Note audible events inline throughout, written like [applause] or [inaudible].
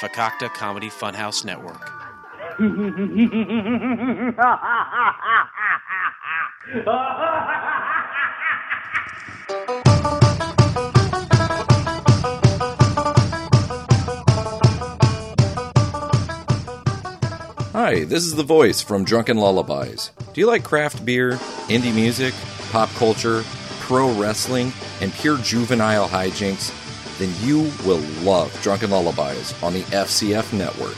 Fakakta Comedy Funhouse Network. Hi, this is the voice from Drunken Lullabies. Do you like craft beer, indie music, pop culture, pro wrestling, and pure juvenile hijinks? Then you will love Drunken Lullabies on the FCF network.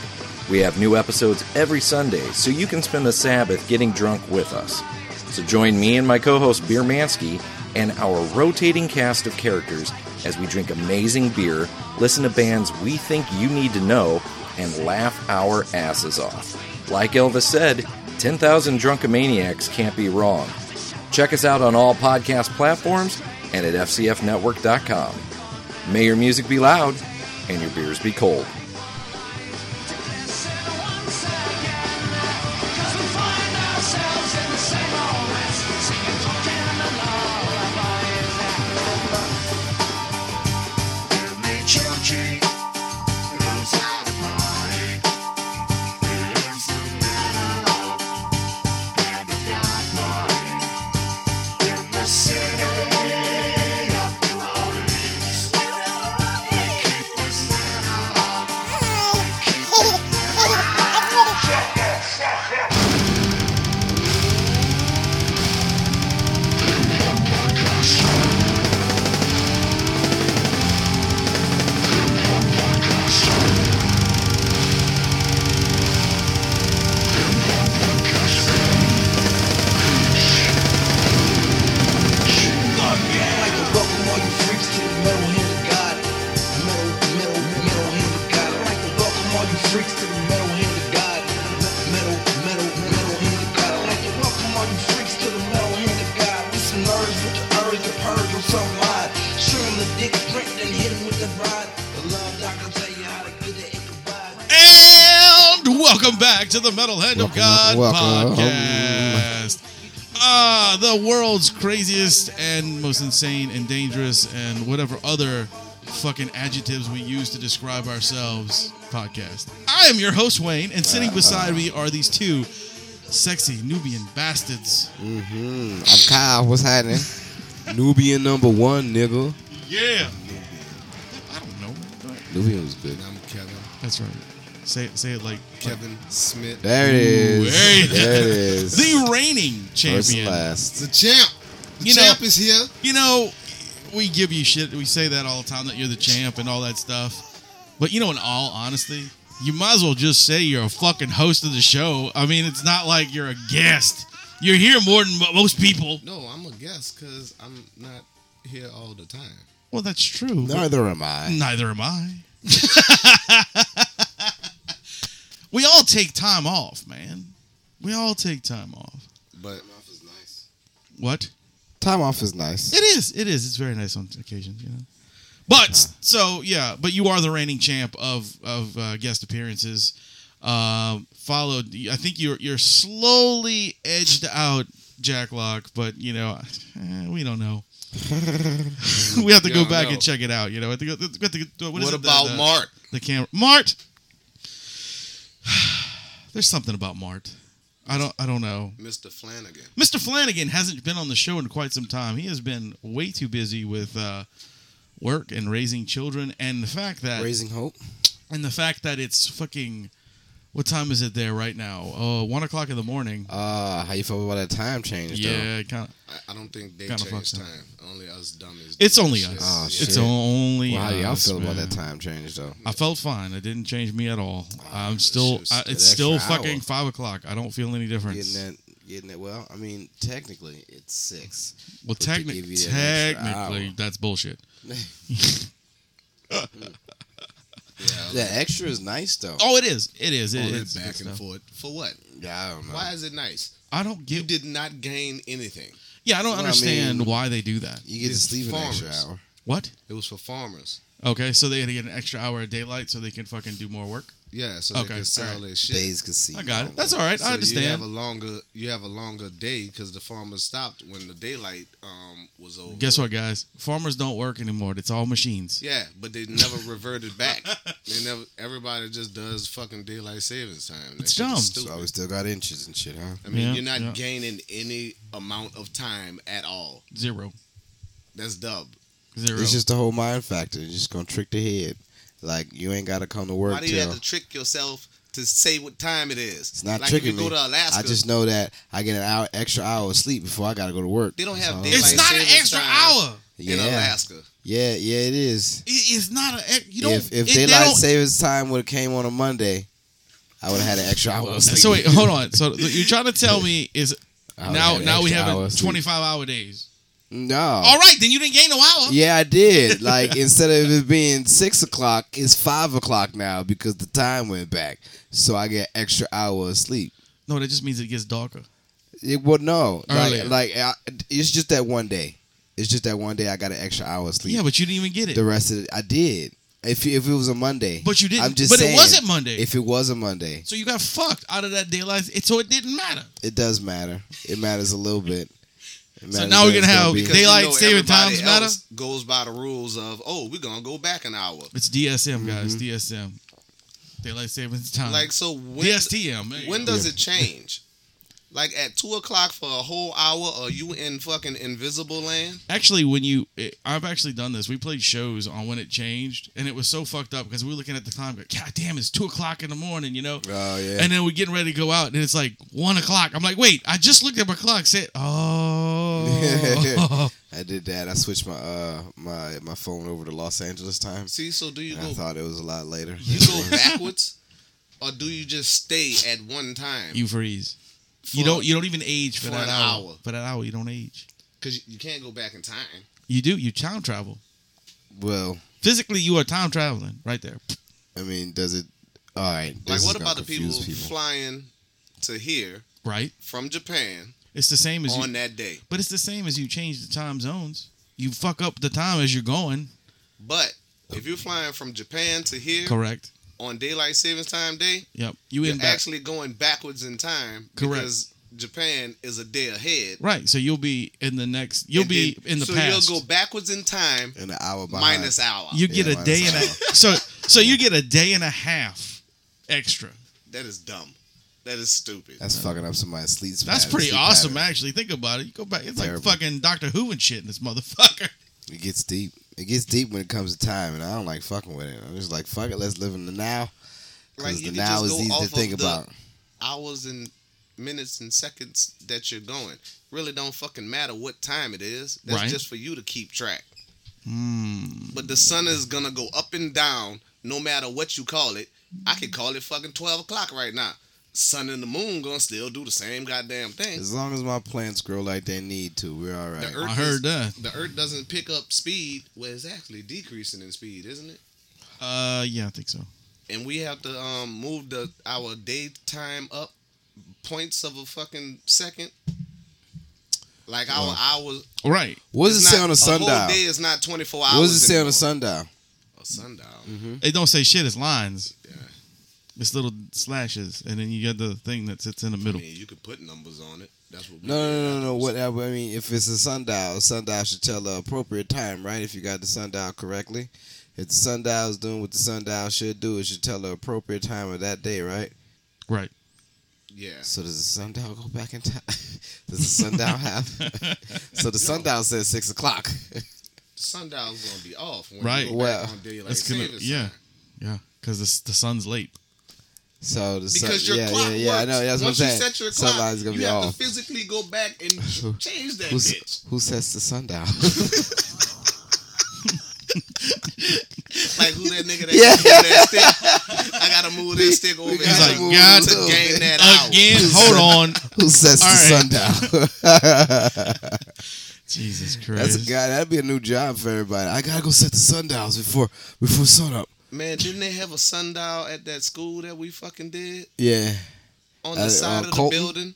We have new episodes every Sunday, so you can spend the Sabbath getting drunk with us. So join me and my co host Beer Mansky and our rotating cast of characters as we drink amazing beer, listen to bands we think you need to know, and laugh our asses off. Like Elvis said, 10,000 Drunkomaniacs can't be wrong. Check us out on all podcast platforms and at FCFnetwork.com. May your music be loud and your beers be cold. And welcome back to the Metalhead Welcome, of God welcome. podcast. Ah, the world's craziest and most insane and dangerous and whatever other fucking adjectives we use to describe ourselves podcast. I am your host Wayne, and sitting Uh-huh. beside me are these two sexy Nubian bastards. Mm, I'm Kyle. What's happening? [laughs] Nubian number one, nigga. Yeah. I don't know. Nubian was good. I'm Kevin. That's right. Say it, say it like Kevin Smith. There it Ooh, is. there There it is. [laughs] the reigning First champion. and last. The champ. The You know- champ is here. you know, we give you shit. We say that all the time that you're the champ and all that stuff. But you know, in all honesty, you might as well just say you're a fucking host of the show. I mean, it's not like you're a guest. You're here more than mo- most people. No, I'm a guest because I'm not here all the time. Well, that's true. Neither am I. Neither am I. [laughs] we all take time off, man. We all take time off. But What? Time off is nice. It is. It is. It's very nice on occasions, you know. But so yeah, but you are the reigning champ of of uh, guest appearances. Um, followed, I think you're you're slowly edged out, Jack Lock. But you know, eh, we don't know. [laughs] we have to go Yeah, I back know. and check it out. You know, I think we have to go- what, is what it, the- about the- Mark? The camera, Mart. [sighs] There's something about Mart. I don't. I don't know. Mr. Flanagan. Mr. Flanagan hasn't been on the show in quite some time. He has been way too busy with uh, work and raising children, and the fact that Raising hope. and the fact that it's fucking. What time is it there right now? Oh, one o'clock in the morning. Uh, how you feel about that time change, yeah, kind of. I, I don't think they Kinda change fucked time. up. Only us dummies. It's do only that us. shit. Oh, Yeah. shit. It's only. though? Well, how y'all us, feel about man. that time change, though? I felt fine. It didn't change me at all. I'm still. shit's I, still it's an still extra fucking hour. five o'clock. I don't feel any difference. Getting that. Getting it. Well, I mean, technically, it's six. Well, But to techni- give you that extra technically, hour. that's bullshit. The extra is nice, though. Oh, it is. It is. It All is. that It's good back and stuff. forth. For what? Yeah, I don't know. Why is it nice? I don't You get. did not gain anything. Yeah, I don't Well, I understand mean- why they do that. You get to It's sleep an extra farmers. hour. What? It was for farmers. Okay, so they had to get an extra hour of daylight so they can fucking do more work. Yeah, so Okay, they can sell alright. their shit. Days could see. I got it. That's all right. So I You have understand. a longer you have a longer day because the farmers stopped when the daylight um was over. Guess what, guys? Farmers don't work anymore. It's all machines. Yeah, but they never reverted back. They never. Everybody just does fucking daylight savings time. That It's shit is dumb. stupid. Oh, So we still got inches and shit, huh? I mean, Yeah, you're not yeah. gaining any amount of time at all. Zero. That's dumb. Zero. It's just the whole mind factor. It's just gonna trick the head. Like you ain't gotta come to work Why do you till. have to trick yourself to say what time it is? It's not like tricking if you me. go to Alaska. I just know that I get an hour extra hour of sleep before I gotta go to work. They don't That's all. have daylight it's not an savings extra time hour. in yeah, Alaska. yeah, yeah. It is. It- it's not a. You don't. if it- if they daylight don't- savings time would have came on a Monday, I would have had an extra hour. of sleep. So wait, hold on. So you're trying to tell me is I would've now had an now we extra have hour a of sleep. 25 hour days. No. All right, then you didn't gain no hour. Yeah, I did. Like instead of it being six o'clock, it's five o'clock now because the time went back. So I get extra hour of sleep. No, that just means it gets darker. It well, no, Earlier. like, like I, it's just that one day. It's just that one day I got an extra hour of sleep. Yeah, but you didn't even get it. the rest of it, I did. If if it was a Monday, But you didn't. I'm just but saying, it wasn't Monday. If it was a Monday, so you got fucked out of that daylight. It, so it didn't matter. it does matter. It matters a little bit. It So matters now we're what gonna it's have- be. Because- Daylight saving everybody times matter? else Goes by the rules of oh, we're gonna go back an hour. It's DSM, guys. DSM. Daylight savings time. Like so, when DSTM. man. when does it change? Like at two o'clock for a whole hour, are you in fucking invisible land? actually when you it, i've actually done this we played shows on when it changed and it was so fucked up because we were looking at the time like, god damn it's two o'clock in the morning you know Oh yeah. and then we're getting ready to go out and it's like one o'clock i'm like wait i just looked at my clock said oh I did that. I switched my uh my my phone over to Los Angeles time. See, so do you And I go thought it was a lot later. you go backwards, or do you just stay at one time? you freeze for, you don't you don't even age for, for that an hour. hour. for that hour you don't age because you, you can't go back in time. you do you time travel [laughs] Well, physically you are time traveling right there I mean, does it? All right. Like, this is what gonna about the people, confuse flying to here right from Japan it's the same as you on that day? but it's the same as you change the time zones you fuck up the time as you're going But if you're flying from Japan to here correct on daylight savings time day, Yep. You you're in back. actually going backwards in time Correct. because Japan is a day ahead. right. So you'll be in the next you'll And be then- in the so past. you'll go backwards in time In an hour behind. minus hour. you get Yeah, a minus day and a hour. [laughs] so so you get a day and a half extra. that is dumb. That is stupid. That's fucking up somebody's sleep. That's pattern, pretty sleep awesome pattern. actually. Think about it. You go back it's Terrible. like fucking Doctor Who and shit in this [laughs] motherfucker. It gets deep. It gets deep when it comes to time, and I don't like fucking with it. I'm just like, fuck it, let's live in the now. Like, Because you the could now just is go easy off to of think the about. Hours and minutes and seconds that you're going really don't fucking matter what time it is. That's Right. just for you to keep track. Mm. But the sun is gonna go up and down no matter what you call it. I could call it fucking twelve o'clock right now. Sun and the moon gonna still do the same goddamn thing. As long as my plants grow like they need to, we're all The right. earth I heard is- that. The earth doesn't pick up speed. Well, it's actually decreasing in speed, isn't it? Uh yeah, I think so. And we have to um, move the our daytime up points of a fucking second. Like our hours. All right. What does it it's say not- on a A sundial? whole day is not twenty four hours. What does it say on anymore. a Mm-hmm. sundial? A sundial. It don't say shit, it's lines. Yeah. It's little slashes and then you get the thing that sits in the I middle. mean, you could put numbers on it. That's what. We No, did. no, no, no, no. What I mean, if it's a sundial, a sundial should tell the appropriate time, right? If you got the sundial correctly, if the sundial is doing what the sundial should do, it should tell the appropriate time of that day, right? Right. Yeah. So does the sundial go back in time? [laughs] does the sundial [laughs] have? so the sundial says six o'clock. [laughs] Sundial's gonna be off. When Right. You go Well, back on daylight it's gonna savings yeah. time. Yeah. Cause it's, the sun's late. So the sun, Because your yeah, clock yeah, yeah. works. I know that's Once what I'm saying. you set your clock, Sundial's gonna you be have off. to physically go back [laughs] and change that Who's- bitch. who sets the sundial? Like who that nigga that Yeah. yeah. move that stick? I gotta move this stick over. gotta here like, to God, [laughs] gain that hour. Again, hold on. [laughs] [laughs] who sets All right. the sundial? Jesus Christ. [laughs] that's a guy. That'd be a new job for everybody. I gotta go set the sundials before before sun up. Man, didn't they have a sundial at that school that we fucking did Yeah. on the At, uh, side of Colton? the building?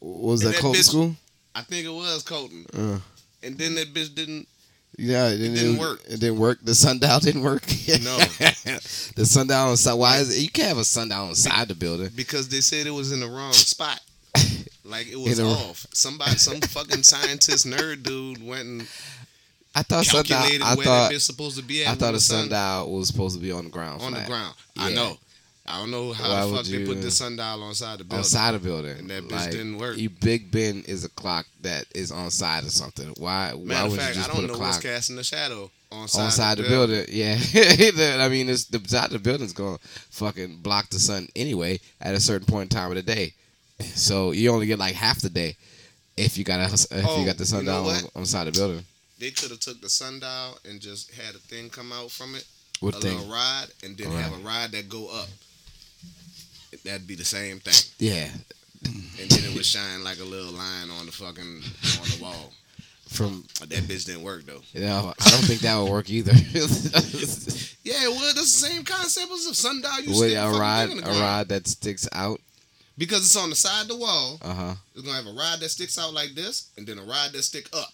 What was And that that Colton bitch- School? I think it was Colton. Uh. And then that bitch didn't. Yeah, it, didn't work. It didn't work. The sundial didn't work. [laughs] No. the sundial on side. Why is it? You can't have a sundial on side the building. because they said it was in the [laughs] wrong spot. Like it was In the- off. Somebody, some fucking scientist nerd dude went and I thought sundial. calculated I where thought it's supposed to be at. I with thought a sun- sundial was supposed to be on the ground. on the flat. ground. I Yeah. know. I don't know how Why the would fuck they you- uh, put this sundial on side the On building. side of building. And that bitch Like, didn't work. You Big Ben is a clock that is on side of something. Why? why Matter of would fact, you I just put don't a know clock what's casting the shadow on side, on side of the building. Yeah, [laughs] The- I mean, it's, the side of the building's gonna fucking block the sun anyway at a certain point in time of the day. So you only get like half the day if you got a, if Oh, you got the you sun know down on, what? on the side of the building. They could have took the sundial and just had a thing come out from it, What a thing? little rod, and then Right. have a rod that go up. That'd be the same thing, Yeah, and then it would shine like a little line on the fucking on the wall. from But that bitch didn't work though. you know, I don't think that would work either. [laughs] Yeah, well, that's the same concept as a sundial. You With stick a rod, in the a ground. rod that sticks out. because it's on the side of the wall. Uh huh. It's gonna have a rod that sticks out like this, and then a rod that stick up.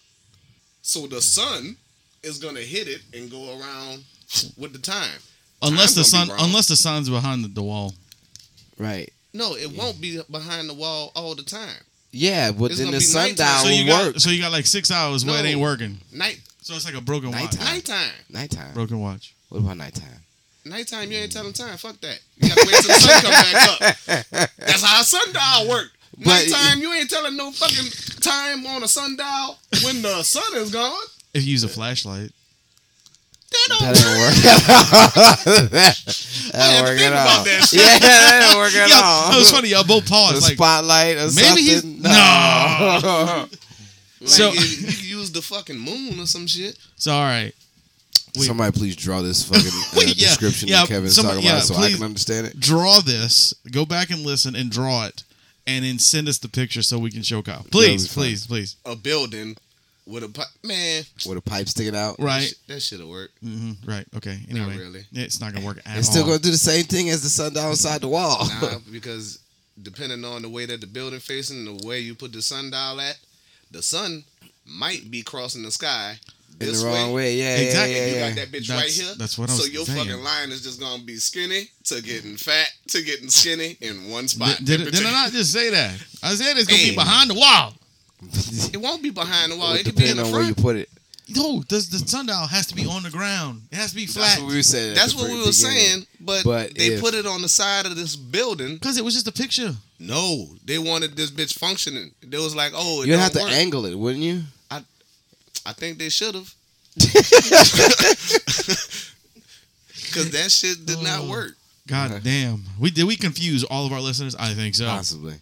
So the sun is gonna hit it and go around with the time. Unless the Time's gonna sun, be wrong. unless the sun's behind the, the wall. Right. No, it won't be behind the wall all the time. Yeah, but It's then gonna the be sundial nighttime. So you will got, work. so you got like six hours where it No. ain't working. Night, So it's like a broken watch. Nighttime. nighttime, Nighttime. Broken watch. What about [laughs] nighttime? nighttime. You ain't telling time. Fuck that. You gotta wait till the sun come back up. That's how a sundial work. [laughs] But- Nighttime, you ain't telling no fucking time on a sundial when the sun is gone. If you use a flashlight, That don't That work. didn't work at all. [laughs] that didn't had to work think at all. about that shit. Yeah, that didn't work [laughs] at Yo, all. that was funny. Y'all both The paused. Like, spotlight or maybe he's- something. [laughs] No. Like, So- so you could use the fucking moon or some shit. [laughs] so all right. Wait. Somebody please draw this fucking uh, [laughs] Wait, yeah, description yeah, that Kevin's somebody- talking about yeah, so I please. can understand it. draw this, go back and listen and draw it, and then send us the picture so we can show Kyle. Please, That'd be fun. please, please. A building with a pi- man. With a pipe sticking out. That Right. shit- That [laughs] shit'll work. hmm Right. Okay. Anyway, really. it's not gonna work at It's still all. going to do the same thing as the sundial inside the wall. [laughs] Nah, because depending on the way that the building facing, the way you put the sundial at, the sun might be crossing the sky In this the wrong way. Yeah, Exactly. yeah, You yeah, got yeah. that bitch That's- right here. that's what I So was your saying. fucking line is just gonna be skinny to getting fat to getting skinty in one Di- spot. did, Every did, I time. not just say that? I said it's gonna Hey. be behind the wall. It won't be behind the wall. It could be Uh, in Depending the on where you front. put it. No, does the sundial has to be on the ground. It has to be flat That's what we were saying. at That's the what very we were beginning. saying, but, But they if- put it on the side of this building. because it was just a picture. No, they wanted this bitch functioning. They was like, oh, it You'd don't have to work. angle it, wouldn't you? I think they should [laughs] have. Cause that shit did not work. God damn, we did we confuse all of our listeners? I think so. Possibly.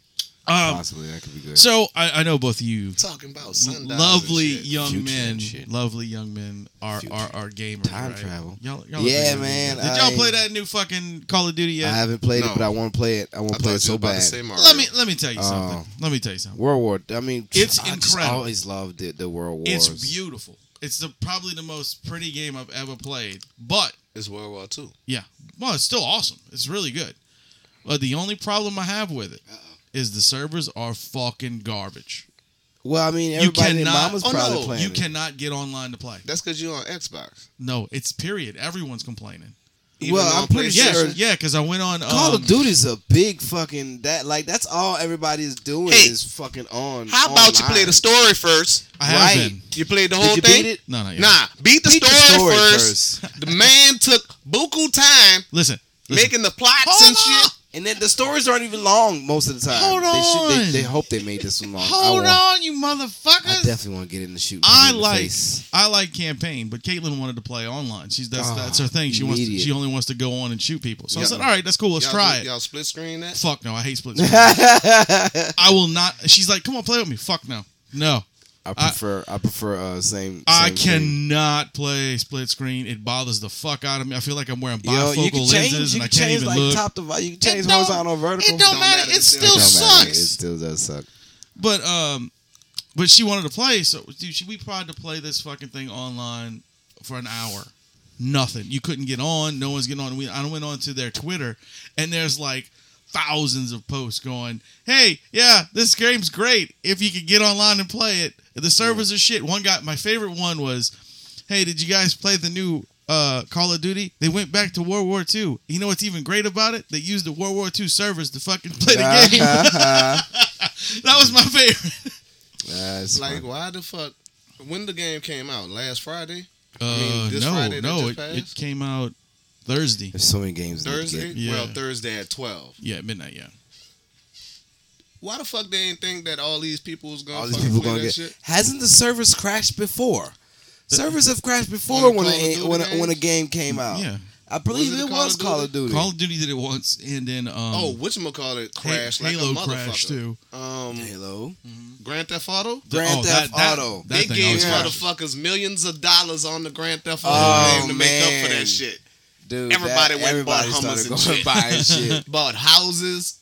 Um, Possibly. That could be good. so I, I know both of you, Talking about sundials. lovely and shit. young Future men, and shit. lovely young men are are, are gamers. Time right? travel. Y'all, y'all Yeah, are big man, gamers. Did y'all I- play that new fucking Call of Duty I yet? haven't played No. it, but I want to play it. I want I to play thought it you so were about bad. to say Mario. Let me let me tell you Oh. something. Let me tell you something. World War. I mean, It's I just incredible. always loved it, the World Wars. It's beautiful. It's the probably the most pretty game I've ever played. But It's World War Two. yeah, well, it's still awesome. It's really good. But the only problem I have with it is the servers are fucking garbage. Well, I mean, everybody and cannot- mama's oh, probably no, playing. You it. cannot get online to play. That's cause you on Xbox. No, it's period. Everyone's complaining. Even Well, on I'm pretty PlayStation. Yeah, sure- yeah, because I went on. Um, Call of Duty's a big fucking that. Like that's all everybody is doing Hey, is fucking on. How about you online. play the story first? I have right. been. You played the Did whole you thing. beat it? No, no, yeah. Nah, beat the, Beat the story, story first. the man took buku [laughs] time Listen, listen. making the plots and Hold shit. on. And then the stories aren't even long most of the time. Hold They, should, on. they, they hope they made this one long. hold I want, on, you I motherfuckers. definitely want to get in the shoot. I in the like face. I like campaign, but Caitlin wanted to play online. She's that's Ah, that's her thing. She wants to, immediate. she only wants to go on and shoot people. So I Yeah. said, all right, that's cool. Let's Y'all try do- it. Y'all split screen that. Fuck no, I hate [laughs] split screen. I will not. She's like, come on, play with me. Fuck no, no, I I- prefer. I, prefer uh, same. I same thing. cannot play split screen. It bothers the fuck out of me. I feel like I'm wearing Yo, bifocal you can change. lenses you and can I can't change even like look. top to bottom. You can change don't- horizontal, vertical. it don't, Don't matter. matter, It it's still still- Don't matter. It sucks. still does suck. But um, but she wanted to play. So dude, she, we tried to play this fucking thing online for an hour. Nothing. You couldn't get on. No one's getting on. We, I went on to their Twitter, and there's like thousands of posts going, "Hey, yeah, this game's great. If you could get online and play it, the servers are shit." One guy, my favorite one was. hey, did you guys play the new uh, Call of Duty? They went back to World War II. You know what's even great about it? They used the World War II servers to fucking play the game. that was my favorite. That's Like, funny. why the fuck? When the game came out last Friday, mean, Uh, this no, Friday that no, just it, passed? it came out Thursday. There's so many games. I need to get. Thursday. Yeah. Well, Thursday at twelve. Yeah, midnight. Yeah. Why the fuck they ain't think that all these people was gonna All these fucking people play gonna get. that shit? Hasn't the servers crashed before? Servers have crashed before On the when Call of a, Duty when a, when a game games? came out. Yeah. I believe Was it it Call was of Call of Duty. Call of Duty did it once, and then um, Oh, whatchamacallit Ha- crashed like Halo a motherfucker. crashed too. Um, Halo. Grand Theft Auto. Grand oh, Theft that- that- Auto. that- they thing gave always motherfuckers millions of dollars on the Grand Theft Auto Oh, game to make up for man. that shit. Dude, Everybody went and bought everybody hummus started and going [laughs] shit. buying shit. Bought houses,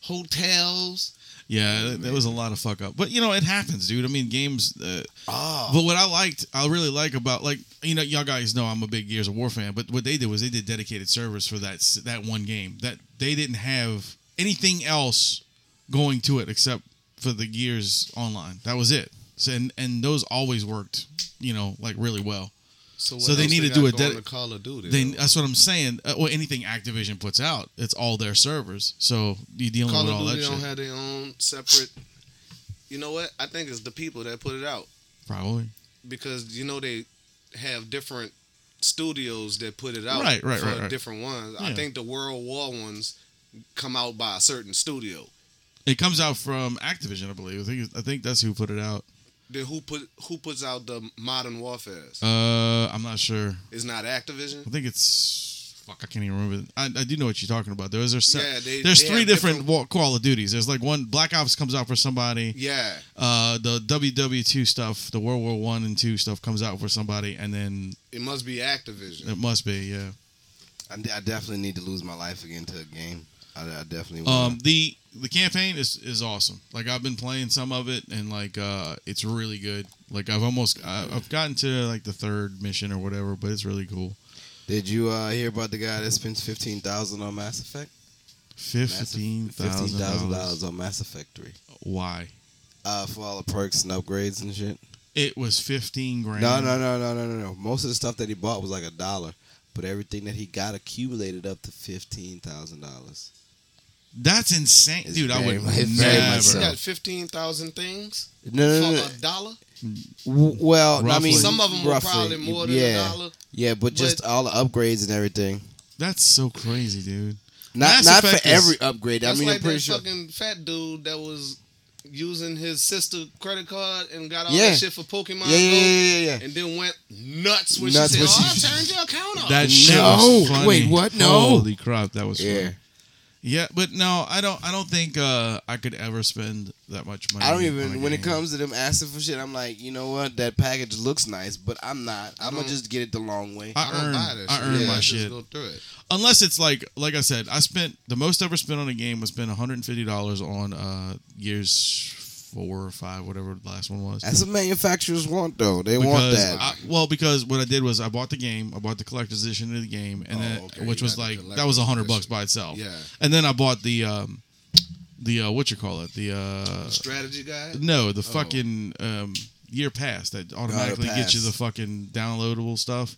hotels. Yeah, that, that was a lot of fuck up. But you know, it happens, dude. I mean, games. Uh, Oh, But what I liked, I really like about like you know, y'all guys know I'm a big Gears of War fan. But what they did was they did dedicated servers for that s- that one game. That they didn't have anything else going to it except for the Gears online. That was it. So, and and those always worked, you know, like really well. what so they else need to got do a going dedi- to Call of Duty. They, though? that's what I'm saying. Uh, well, anything Activision puts out, it's all their servers. So you're dealing Call with of all Duty that don't shit. have their own separate. You know what? I think it's the people that put it out Probably. because you know they have different studios that put it out Right, right, for right, right. different ones. Yeah. I think the World War ones come out by a certain studio. It comes out from Activision, I believe. I think I think that's who put it out. Then who put who puts out the Modern Warfare? Uh, I'm not sure. It's not Activision. I think it's fuck. I can't even remember. I, I do know what you're talking about. There's there's, Yeah, they- there's they three have different, different- wa- Call of Duties. There's like one Black Ops comes out for somebody. Yeah, Uh, the WW2 stuff, the World War One and Two stuff comes out for somebody, and then it must be Activision. it must be yeah. I, I definitely need to lose my life again to a game. I, I definitely. Um, want the the campaign is is awesome. Like I've been playing some of it, and like uh, it's really good. Like I've almost I, I've gotten to like the third mission or whatever, but it's really cool. Did you uh, hear about the guy that spends fifteen thousand on Mass Effect? Mass- Fifteen thousand dollars. $15,000 on Mass Effect Three. Why? Uh, for all the perks and upgrades and shit. It was fifteen grand. No, no, no, no, no, no, no. Most of the stuff that he bought was like a dollar, but everything that he got accumulated up to fifteen thousand dollars. That's insane, It's dude. I very would much- it's very never. much so. You got fifteen thousand things No, no, for no. a dollar. no. W- Well, Uh, I Roughly. mean, Some of them were roughly. probably more than yeah, a dollar. yeah, but just But- all the upgrades and everything. That's so crazy, dude. Not Mass not for Effect is- every upgrade. I That's mean, like I'm pretty that sure. fucking fat dude that was using his sister credit card and got all Yeah. that shit for Pokemon Yeah, yeah, Go, yeah, yeah, yeah. and then went nuts when Nuts she said, when "Oh, she- I turned your account off." That shit No. was funny. Wait, what? No. Holy crap, that was Yeah. funny. Yeah, but no, I don't. I don't think uh, I could ever spend that much money. I don't on a even when it game. comes to them asking for shit. I'm like, you know what? That package looks nice, but I'm not. I'm Mm-hmm. gonna don't- just get it the long way. I, don't earn. buy that I earn Yeah, my just shit. Go through it. Unless it's like, like I said, I spent the most I ever spent on a game was spent 150 dollars on uh years four or five, whatever the last one was. That's what manufacturers want, though. They want Because that. I- oh, well, because what I did was I bought the game, I bought the collector's edition of the game, and Oh, then, okay, which you was got the like that was a hundred bucks collector's by itself. Yeah. And then I bought the um, the uh, what you call it? The uh, Strategy guy. no, Oh. the fucking um, year pass that automatically gets you pass. Mm. the fucking downloadable stuff.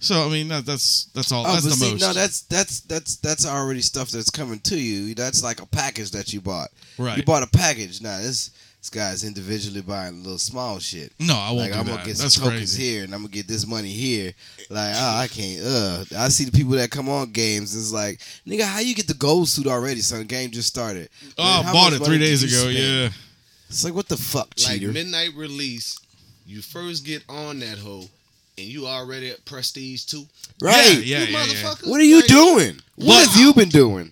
So I mean, that, that's that's all. that's Oh, the but see, most. no, that's that's that's that's already stuff that's coming to you. That's like a package that you bought. Right. You bought a package. Now this this guy's individually buying little small shit. no, Oh, I won't Like do I'm that. gonna get that's some tokens crazy. here, and I'm gonna get this money here. Like, oh, I can't. Uh, I see the people that come on games. It's like, nigga, how you get the gold suit already? Son, the game just started. Oh, Man, how I bought much it three money days did ago. you spend? Yeah. It's like, what the fuck, Like cheater? midnight release, you first get on that hoe, and you already at Prestige two. right? Yeah, you yeah, yeah. motherfucker. What are you Like, doing? What Wow. have you been doing?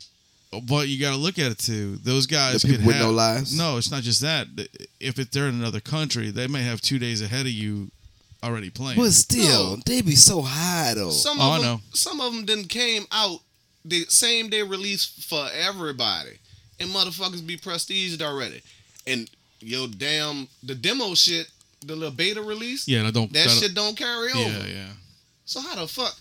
But you got to look at it too. Those guys The people could with have- no lives? No, it's not just that. If it, they're in another country, they may have two days ahead of you already playing. But still, No. they be so high though. Some Oh, I of them, know. some of them didn't came out the same day release for everybody, and motherfuckers be prestiged already. And yo, damn, the demo shit, the little beta release, yeah, and I don't. that I don't- shit don't carry over. Yeah, yeah. So how the fuck?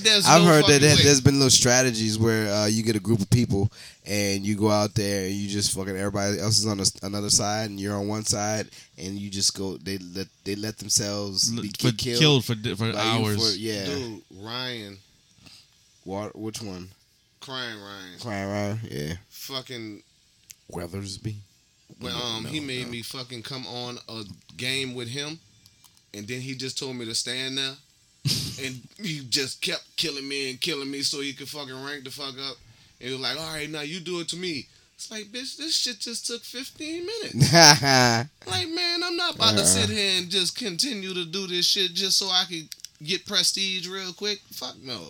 There's I've no heard that fucking there- way. there's been little strategies where uh, you get a group of people and you go out there and you just fucking everybody else is on a, another side and you're on one side and you just go they let they let themselves L- be for, get killed, killed, for di- for by you hours. for- yeah. Dude, Ryan, What, which one? crying Ryan, Crying Ryan? Yeah. fucking. [laughs] Weathersby. Well, No, um, no, he made no. me fucking come on a game with him, and then he just told me to [laughs] stand there, and he just kept killing me and killing me so he could fucking rank the fuck up. And he was like, "All right, now you do it to me." It's like, bitch, this shit just took 15 minutes. [laughs] Like, man, I'm not about to Uh-uh. sit here and just continue to do this shit just so I could get prestige real quick. Fuck no.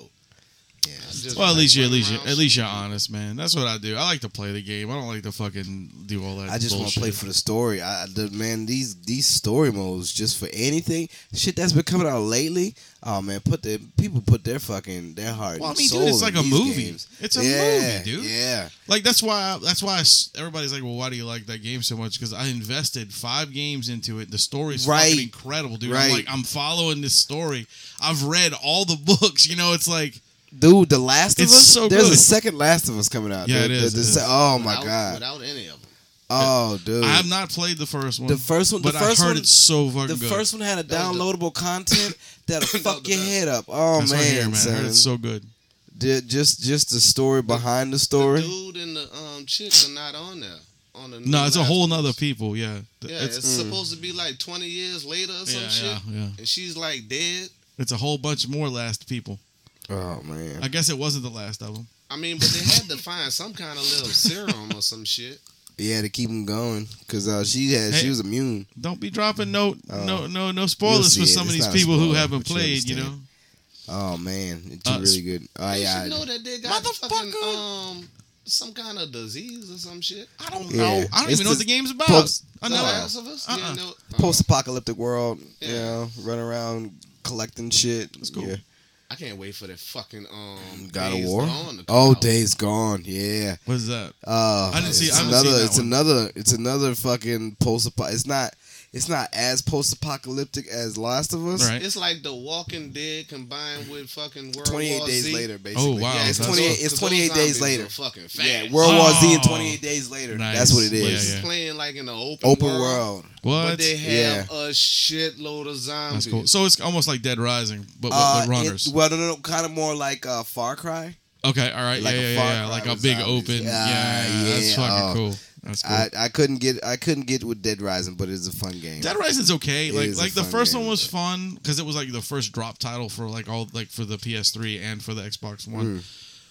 Just Well, at least you're at run least you're, around. at least you're honest, man. That's what I do. I like to play the game. I don't like to fucking do all that. I just want to play for the story. I, I- the, man, these these story modes just for anything shit that's been coming out lately. Oh man, put the people put their fucking their heart. Well, I and mean, dude, soul it's in like a these movie. games. It's a Yeah, movie, dude. Yeah, Like that's why that's why I s everybody's like, well, why do you like that game so much? Because I invested five games into it. The story's Right. fucking incredible, dude. I'm Right. like, I'm following this story. I've read all the [laughs] books. You know, it's like dude, the Last It's of Us. so There's a good. second Last of Us coming out. Yeah, The- it the- is, the it se- is. oh my Without- god. Without any of them. oh dude. I have not played the first one. the first one. The but first I heard one. it's so fucking the good. first one had a That was the- downloadable content [coughs] that'll was fuck the your best. head up. Oh that's man, what I hear, man. I heard son. it's so good. Ju- just just the story behind the story. The dude and the um chicks are not on there. On the No, new it's a last whole one. nother people. Yeah, Th- Yeah, it's, it's, Mm. mm. supposed to be like 20 years later or some yeah, shit. yeah, yeah. And she's like dead. It's a whole bunch more last people. Oh man. I guess it wasn't the last of them. I mean, but they had to find some kind of little serum or some shit. Yeah, to keep them going because uh, she had Hey. she was immune. Don't be dropping no Oh. no no no spoilers see for it. some of It's these not a people who spoiler, haven't but you played. You know, understand. Oh man, it's Uh, really good. Oh They yeah, should know that they got fucking Motherfucker. um some kind of disease or some shit. I don't Yeah. know. I don't It's even know what the the game's about. post- I the know. last of us. Uh-uh. Yeah, no. um, post-apocalyptic world. Yeah. You know, run around collecting shit. That's cool. Yeah. I can't wait for that fucking um God of Days War. Gone to come Oh, out. Days Gone. Yeah. What is that? Uh, I didn't see- It's I haven't another. seen that it's one. another. It's another fucking post-apo. It's not. It's not as post-apocalyptic as Last of Us. All right. Oh, It's like The Walking Dead combined with fucking World Twenty-eight War days Z. later, basically. Oh, wow, Yeah, it's that's- twenty-eight. those- It's those twenty-eight days zombies later. are Fucking fast. Yeah, World War Z in Oh. twenty-eight days later. Nice. That's what it Yeah, is. yeah. playing like in the open, Open world, world. What? but they have a shitload of zombies. That's cool. So it's almost like Dead Rising, but with Uh, with runners. it- well, no, no, no, kind of more like uh, Far Cry. okay, all right, like yeah, a yeah, Far yeah, Cry like a with big zombies. open. Yeah, Yeah, that's yeah, fucking oh. cool. That's cool. I, I couldn't get I couldn't get with Dead Rising, but it's a fun game. Dead Rising's okay. It Like is a like the fun first game, one was fun because it was like the first drop title for like all like for the PS3 and for the Xbox One. Mm.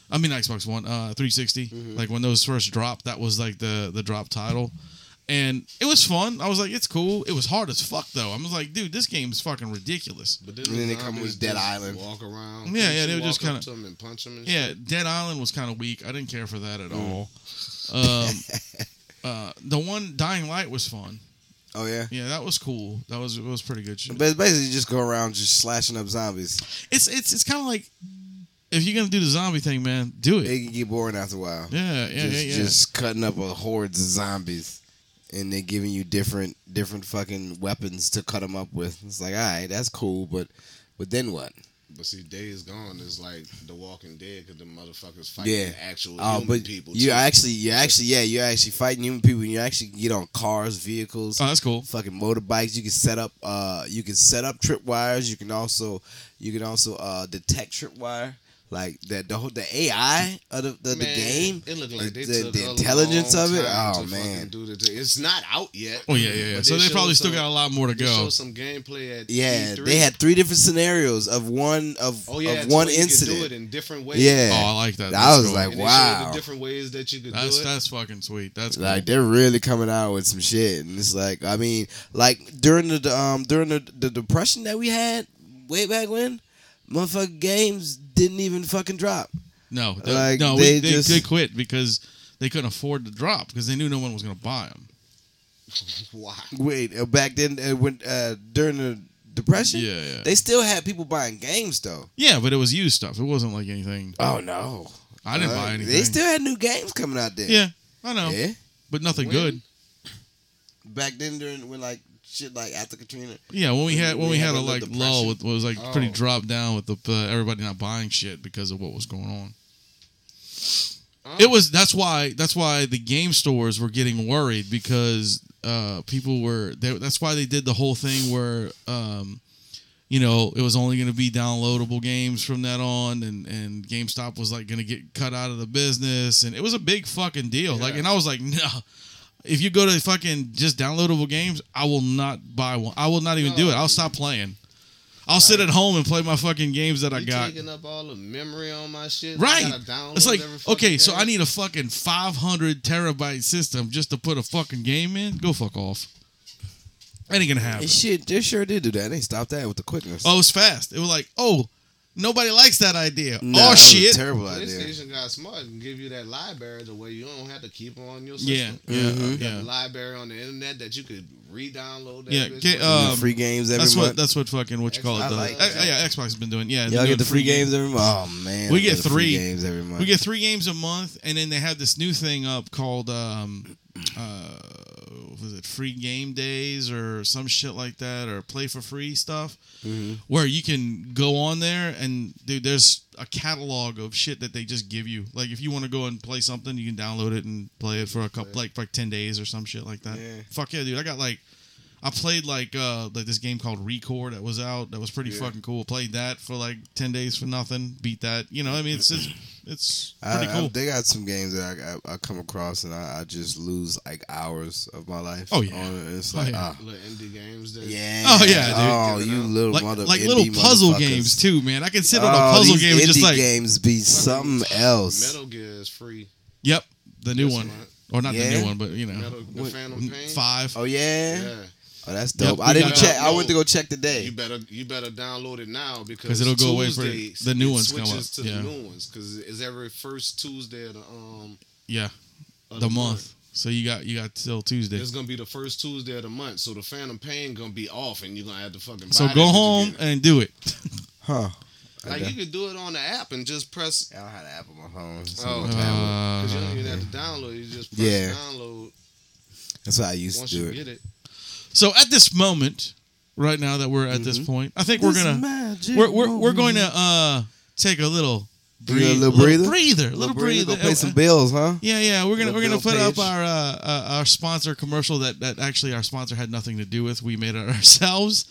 I mean Xbox One, uh 360. Mm-hmm. Like when those first dropped, that was like the the drop title. And it was fun. I was like, it's cool. It was hard as fuck though. I was like, dude, this game is fucking ridiculous. But then, And then the they come zombies with Dead just Island. Walk around. Yeah, yeah, You they were just walk up kinda- to 'em and punch 'em and shit. Yeah, Dead Island was kind of weak. I didn't care for that at Mm. all. Um, [laughs] uh, the one Dying Light was fun. Oh yeah, Yeah, that was cool. That was it was pretty good shit. but it's basically just go around just slashing up zombies. It's it's it's kind of like if you're gonna do the zombie thing, man, do it. It can get boring after a while. Yeah, yeah, just, yeah, yeah. just cutting up a hordes of zombies, and they're giving you different different fucking weapons to cut them up with. It's like, all right, that's cool, but but then what? But see, Days Gone is like The Walking Dead because the motherfuckers fighting Yeah. actual Oh, human but people. you too. actually, you actually, yeah, you're actually fighting human people. and You actually can get on cars, vehicles, oh, that's cool. fucking motorbikes. You can set up, uh, you can set up tripwires. You can also, you can also uh, detect tripwire. Like that, the whole the AI of the, the, the Man, game, It looked like they the, took the a intelligence long of it. time Oh to man, fucking do the thing. it's not out yet. Oh yeah, yeah, yeah. But So they, showed probably still some- got a lot more to They go. showed some gameplay at E yeah, E3. they had three different scenarios of one of oh yeah, of it's one where you could incident. do it in different ways. yeah, Oh, I like that. I That's was cool. like, and they showed Wow. the different ways that you could that's do it. that's fucking sweet. That's cool. Like they're really coming out with some shit, and it's like I mean, like during the um during the, the depression that we had way back when, motherfucking games didn't even fucking drop. no, they, like, no, they we, they, just- they quit because they couldn't afford to drop because they knew no one was gonna buy them. Why? Wait, uh, back then uh, when uh, during the depression, Yeah, yeah. they still had people buying games though. Yeah, but it was used stuff. It wasn't like anything. Oh no, I didn't Uh, buy anything. They still had new games coming out there. yeah, I know, yeah. but nothing When? good. Back then during when like shit like after Katrina. Yeah, when we had when We we, had had a a like little lull depression. with was like pretty Oh. drop down with the uh, everybody not buying shit because of what was going on. Oh. It was that's why that's why the game stores were getting worried because uh, people were they, that's why they did the whole thing where um, you know it was only going to be downloadable games from that on and and GameStop was like going to get cut out of the business and it was a big fucking deal like Yeah. and I was like [laughs] no if you go to fucking just downloadable games, I will not buy one. I will not even do it. I'll stop playing. I'll sit at home and play my fucking games that I You got. taking up all the memory on my shit. I Right. gotta download It's like, every fucking okay, so game. I need a fucking 500 terabyte system just to put a fucking game in? Go fuck off. That ain't gonna happen. And shit, they sure did do that. They stopped that with the quickness. Oh, it was fast. It was like, oh, nobody likes that idea. Nah, that oh, was a shit. terrible idea. PlayStation got smart and give you that library the way you don't have to keep on your Yeah, system. yeah, Mhm. That yeah. library on the internet that you could re-download. That Yeah, bitch. get, um, free games every That's what month. that's what fucking what you call it I does. like Uh, that. yeah, Xbox has been doing. Yeah, Y'all doing get the free games every month. Oh man, We I get love the free three. games every month. We get three games a month, and then they have this new thing up called um, uh, was it free game days or some shit like that, or play for free stuff, Mm-hmm. where you can go on there and dude, there's a catalog of shit that they just give you. Like if you want to go and play something, you can download it and play it for a couple, like for like ten days or some shit like that. Yeah. Fuck yeah, dude! I got like. I played like uh like this game called Recore that was out that was pretty fucking cool. Played that for like ten days for nothing. Beat that, you know. I mean, it's it's, it's pretty I, I, cool. they got some games that I, I, I come across and I, I just lose like hours of my life. Oh, yeah. on it. it's Oh, like yeah. ah, little indie games. That, yeah. Oh, yeah, Oh, dude. you little like mother, like indie little puzzle motherfuckers. games too, man. I can sit on a Oh, puzzle these game and just indie like, games be something else. Metal Gear is free. yep, the new That's one, right. or not the Yeah. new one, but you know, Metal, the Phantom Pain. five. Oh yeah. Yeah. Oh, that's Yep, dope. we I didn't got- check. I went to No. go check You today. better you better download it now because 'Cause it'll go away for Tuesdays the new it ones come switches up. to Yeah. the new ones because it's every first Tuesday of the um Yeah, of the month. So you got you got till Tuesday. It's gonna be the first Tuesday of the month, so the Phantom Pain gonna be off, and you're gonna have to fucking. So buy go that bitch home again. and do it. Huh? Like Okay. you could do it on the app and just press. I don't have the app on my phone. so- Oh, Uh, because you don't even have to download. You just press Yeah. download That's what I used once to do you it. get it. So at this moment, right now that we're at this Mm-hmm. point, I think we're gonna we're, we're, we're going to uh take a little You got breathe, a little breather? breather, Little little breather, breather. Go pay some [laughs] bills, huh? Yeah, yeah, we're gonna Little we're gonna Bill put up Page. our uh, uh, our sponsor commercial that that actually our sponsor had nothing to do with. We made it [laughs] ourselves.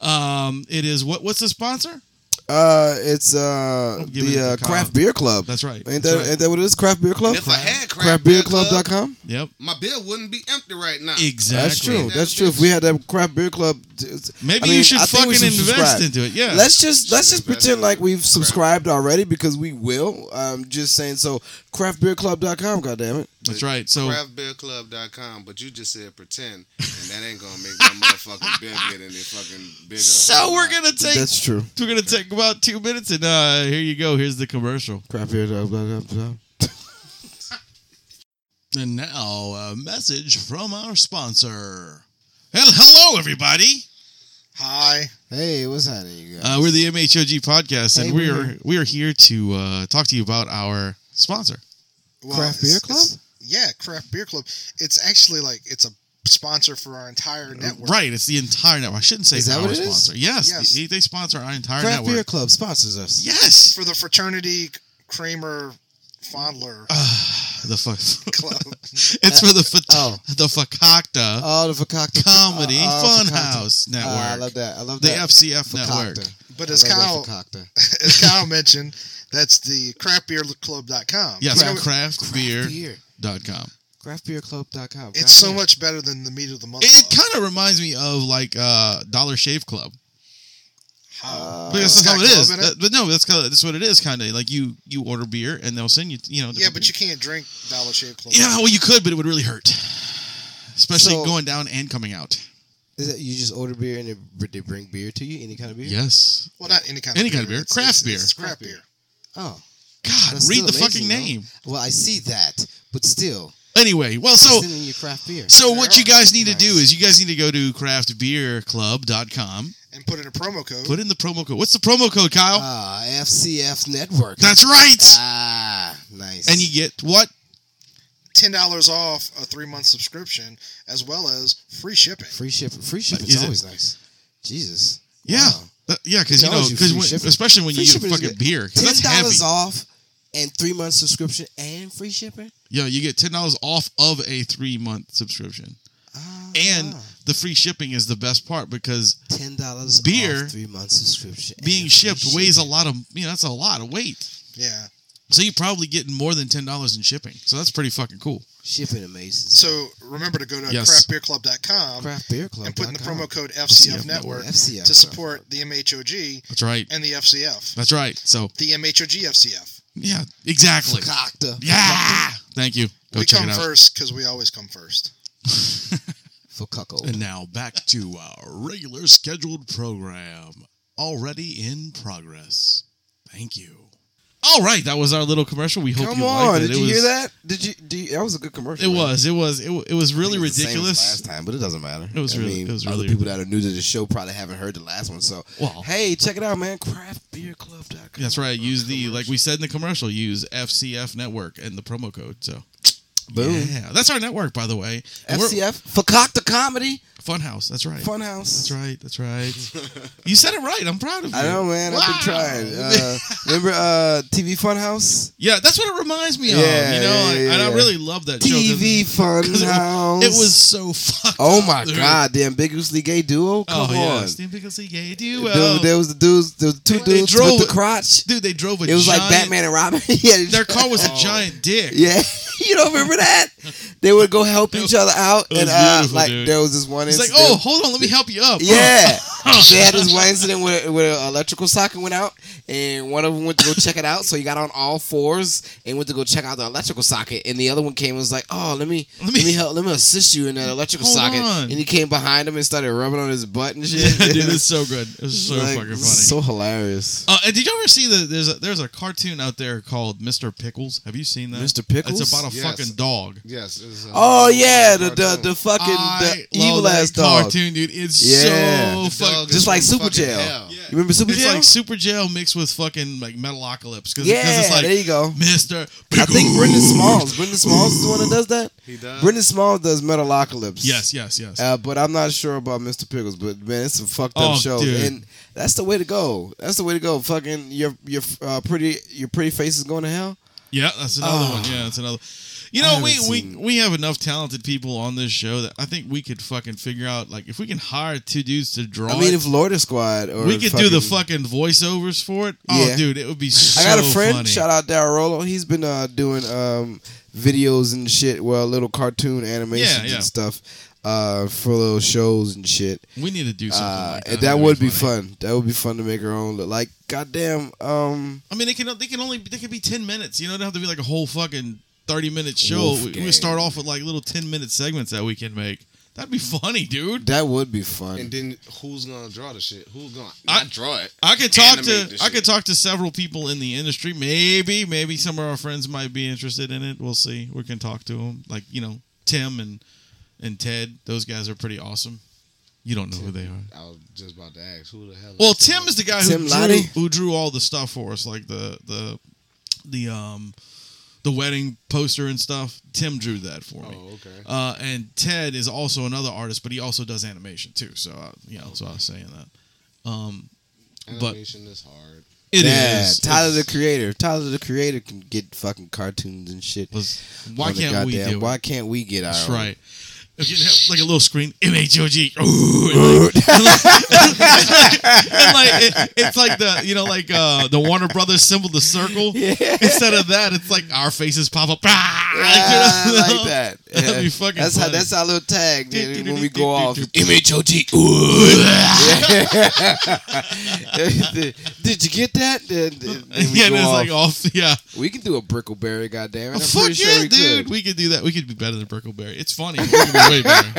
Um, it is what what's the sponsor? Uh, it's uh give it the to uh, Kyle. craft beer club. That's right. Ain't That's that right. ain't that what it is? Craft beer Oh, club. And if I had Craft Beer Club- craftbeerclub.com. Yep, My bill wouldn't be empty right now. exactly. That's true. That That's bitch. true. If we had that craft beer club, t- Maybe I mean, you should I think fucking we invest subscribe. into it. Yeah, Let's just let's Should just invest pretend in like we've craft. subscribed already because we will. I'm just saying. So craftbeerclub.com. God damn it. that's right. So craftbeerclub.com, but you just said pretend, and that ain't gonna make that motherfucking bill get any fucking bigger. so we're gonna take That's true. we're gonna take about two minutes and uh here you go. Here's the commercial. Craftbeer.com. And now a message from our sponsor. Well, hello everybody. Hi. Hey, what's happening, you guys? Uh, we're the MHOG podcast, and Hey, we we're are we are here to uh, talk to you about our sponsor. Well, Craft it's- Beer Club? it's- Yeah, Craft Beer Club. It's actually like it's a sponsor for our entire network. Uh, Right, it's the entire network. I shouldn't say Is that our what it is? sponsor. Yes, Yes. They, they sponsor our entire craft network. beer club sponsors us. Yes, For the fraternity Kramer Fondler Uh. the fuck. Club. [laughs] it's for the fa- oh. the Fakakta All Oh, the Fakakta Comedy all the Fakakta. Funhouse Network, Ah, I love that. I love the that. FCF network. Fakakta. But I as love Kyle that Fakakta. [laughs] as Kyle mentioned, that's the craftbeerclub.com. Yes, You know, craftbeer.com. Craftbeerclub.com. it's so much better than the meat of the month. It, club. kind of reminds me of like uh, Dollar Shave Club. How- But that's it's how got it is. club in it? That- but no, that's kind of that's what it is. Kind of like you you order beer and they'll send you you know. yeah, different but you can't drink Dollar Shave Club. Yeah, well, you could, but it would really hurt, especially So- going down and coming out. Is that you just order beer and they, they bring beer to you? Any kind of beer? Yes. Well, not any kind Any of kind of beer. It's- Craft it's- beer. It's craft beer. Oh. God, That's read still the amazing, fucking though. name. Well, I see that, but still, Anyway, well, so, so sending you craft beer. so what you guys need to do Nice. is you guys need to go to craftbeerclub.com, And put in a promo code. put in the promo code. What's the promo code, Kyle? Ah, FCF Network. That's right. Ah, nice. and you get what? ten dollars off a three month subscription as well as free shipping. Free shipping. Free shipping's Is it- always nice. Jesus. Yeah. Wow. That- yeah, because you know, Tells you free 'cause when- shipping. especially when Free you get shipping is fucking good. beer, 'cause Ten that's dollars heavy. off and three month subscription and free shipping. Yeah, you get ten dollars off of a three month subscription, Ah. and the free shipping is the best part because ten dollars Beer off three month subscription and being free shipped weighs a shipping. lot of you know that's a lot of weight. Yeah. So you're probably getting more than ten dollars in shipping. So that's pretty fucking cool. Shipping amazing. So remember to go to Yes. craftbeerclub.com Craft Beer Club and put in the promo code FCF FCF Network. Network FCF to support the MHOG That's right. and the FCF. That's right. So The MHOG FCF. yeah, exactly. Cockta. Yeah. Thank you. Go we check come it out. first because we always come first. for cuckold. And now back to our regular scheduled program, already in progress. Thank you. All right, that was our little commercial. We hope Come you on, liked it. did it you was, hear that? Did you? Do you- that was a good commercial. It man. was. It was. It, wa- it was really It was the same as ridiculous. last time, but it doesn't matter. It was I really- mean, it was other really- people that are new to the show probably haven't heard the last one. So, Well- hey, check it out, man. Craftbeerclub.com. That's right. Use the like we said in the commercial. Use FCF Network and the promo code. So Boom. yeah, that's our network, by the way. And we're- FCF for Cockta Comedy Funhouse. That's right. Funhouse. That's right. That's right. [laughs] you said it right. I'm proud of you. I know, man. I've Wow. been trying. Uh, remember uh, TV Funhouse? Yeah, that's what it reminds me of. Yeah, you know, yeah, and- yeah, and I yeah. really love that show 'cause- TV 'cause [laughs] it, wa- Funhouse. it was so fucked. Oh [laughs] up, my dude. god, the ambiguously gay duo. Oh Come yeah, on. Steve Picklesy gay Dude, duo. there was the dudes. There was two They dudes drove with it. the crotch. Dude, they drove a. It was giant, like Batman and Robin. [laughs] yeah, they Their dro- car was a giant dick. Yeah, [laughs] you don't remember that? They would go help each other out, It was and uh, beautiful, like dude. there was this one. It's like, incident- oh, [laughs] hold on, let me help you up. Yeah, they had this one incident where, where an electrical socket went out, and one of them went to go check it out. So he got on all fours and went to go check out the electrical socket, and the other one came and was like, "Oh, let me Let let me- me, help, let me assist you in that electrical Hold socket." on. And he came behind him and started rubbing on his butt and [laughs] [laughs] Yeah, shit. dude, it's so good. It was so Like, fucking funny. So hilarious. uh, and did you ever see the there's a there's a cartoon out there called Mr. Pickles? Have you seen that? Mr. Pickles? It's about a Yes. fucking dog. Yes. it's, uh, Oh yeah, the the, cartoon. the fucking I the evil love ass that dog. cartoon, dude. It's Yeah. so The fucking dog Just is like from Super fucking Jail. hell. You remember Super it's Jail? like super gel mixed with fucking like metalocalypse. Cause, 'cause yeah, it's like there you go. Mr. I Pickles. think Brendan Smalls. Brendan Smalls is the one that does that. He does. Brendan Smalls does Metalocalypse. Yes, yes, yes. Uh, but I'm not sure about Mr. Pickles. But man, it's some fucked up Oh, shows, dude. and that's the way to go. That's the way to go. Fucking your your uh, pretty your pretty face is going to hell. yeah, that's another Oh. one. Yeah, that's another. You I know, haven't we, we seen- we have enough talented people on this show that I think we could fucking figure out like if we can hire two dudes to draw. I mean, it, if Lorda Squad or we could do the fucking- fucking voiceovers for it. Oh, Yeah. dude, it would be. so I got a friend. funny. Shout out Darryl Rolo. He's been uh, doing um, videos and shit. Well, little cartoon animations Yeah, yeah. and stuff uh, for little shows and shit. We need to do something. Uh, like that. and that That'd would be funny. fun. That would be fun to make our own. Look. Like, goddamn, um, I mean, they can they can only they can be ten minutes. You know, it don't have to be like a whole fucking thirty minute show. Wolf We, we gang. can start off with like little ten minute segments that we can make. That'd be funny, dude. that would be fun. And then who's gonna draw the shit? Who's gonna I- I draw it? I could talk Animate to this I could shit. talk to several people in the industry. Maybe maybe some of our friends might be interested in it. We'll see. We can talk to them. Like you know, Tim and and Ted. Those guys are pretty awesome. You don't know who they are. I was just about to ask who the hell. is Well, Tim Tim is the guy Tim who drew, Lottie? who drew all the stuff for us, like the the the um the wedding poster and stuff. Tim drew that for me. Oh, okay. Uh, and Ted is also another artist, but he also does animation too. So uh, you know, so I was saying that. Um, but- Animation is hard. it is yeah, Tyler it's- the Creator. Tyler the Creator can get fucking cartoons and shit. was- why on the can't we goddamn- do? it? Why can't we get our That's own? right. You can have, Like a little screen, M H O G. And like, [laughs] and like- and like it, it's like the you know like uh, the Warner Brothers symbol, [laughs] the circle. Instead of that, it's like our faces pop up. [laughs] Ah, Ah, you know? I like [laughs] that. That'd Yeah. be fucking That's how. funny. That's our little tag man, when we [laughs] go off. MHOG. [laughs] Did you get that? Then- then we yeah, and go it's like off. off. Yeah, We can do a Brickleberry, goddamn it. I'm fuck yeah, pretty sure we dude. could. We could do that. We could be better than Brickleberry. It's funny. We could be [laughs] way better.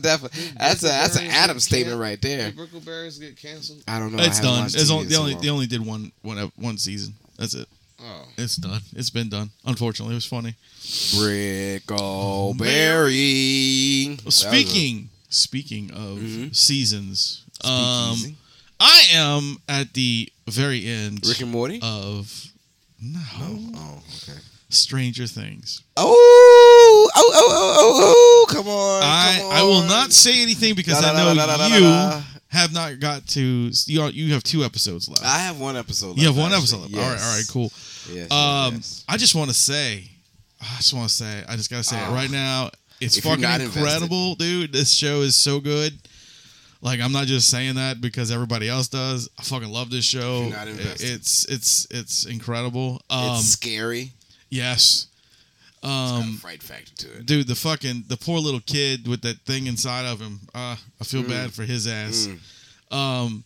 Definitely. That's a that's an Brickleberries Adam get statement can- right there. Did Brickleberries get canceled? I don't know. I it's haven't done. watched TV It's only, in they so only long. they only did one one ep- one season. That's it. Oh, It's done. It's been done. Unfortunately, it was funny. Brickleberry. Well, speaking speaking of Mm-hmm. seasons, um, Speakeasy. I am at the very end Rick and Morty. of no oh, okay. Stranger Things. Oh, oh, oh, oh, oh, oh, come on. I, come I will on. not say anything because Da, I da, da, da, know da, da, you da, da. have not got to. You are- you have two episodes left. I have one episode left. you have one actually. episode left. All right, all right, Yes. cool. Yes, Um, yes, I just want to say, I just want to say, I just gotta say it Ah. right now. It's If you're fucking not invested. incredible, dude. This show is so good. Like I'm not just saying that because everybody else does. I fucking love this show. you're not invested. It's it's it's incredible. yes. Um, it's scary. yes. Got a Um, fright factor to it. dude, the fucking the poor little kid with that thing inside of him. Uh, I feel Mm. bad for his ass. Um,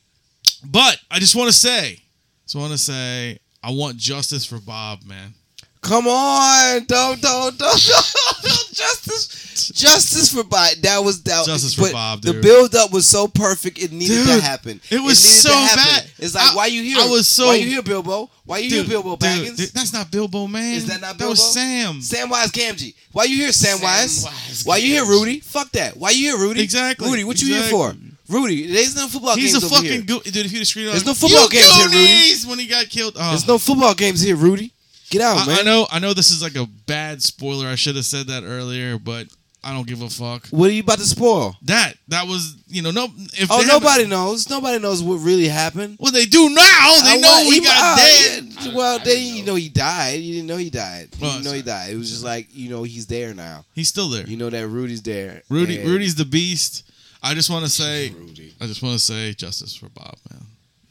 but I just want to say, just want to say, I want justice for Bob, man. Come on, don't, don't, [laughs] don't, don't, don't. justice, justice for Bob. That was that. Justice for but Bob, The dude. build up was so perfect. It needed to Dude, happen. it was needed to so happen. bad. It's like I- why you here? I was so- why you here, Bilbo? Why you Dude, here, Bilbo dude, Baggins? dude, that's not Bilbo, man. Is that not That was Bilbo? Sam. Hmm. Samwise Gamgee. Why you here, Samwise? Samwise Why you here, Gamgee. Rudy? Fuck that. Why you here, Rudy? Exactly. Rudy, what you here for? Exactly. Rudy, there's no football He's a games over here. fucking go- dude. If you'd have screamed, out, There's no football "You games here, Rudy." Goonies," when he got killed. Oh. There's no football games here, Rudy. Get out, I, man. I know. I know this is like a bad spoiler. I should have said that earlier, but I don't give a fuck. What are you about to spoil? That that was you know no. If Oh, they haven't- [laughs] nobody knows. Nobody knows what really happened. Well, they do now. They I know wa- he, he- got uh, dead. yeah, well, I they didn't didn't you know. know he died. You didn't know he died. You Oh, didn't know he sorry. died. It was just like you know he's there now. He's still there. You know that Rudy's there. Rudy, and- Rudy's the beast. I just want to say, Rudy. I just want to say justice for Bob, man.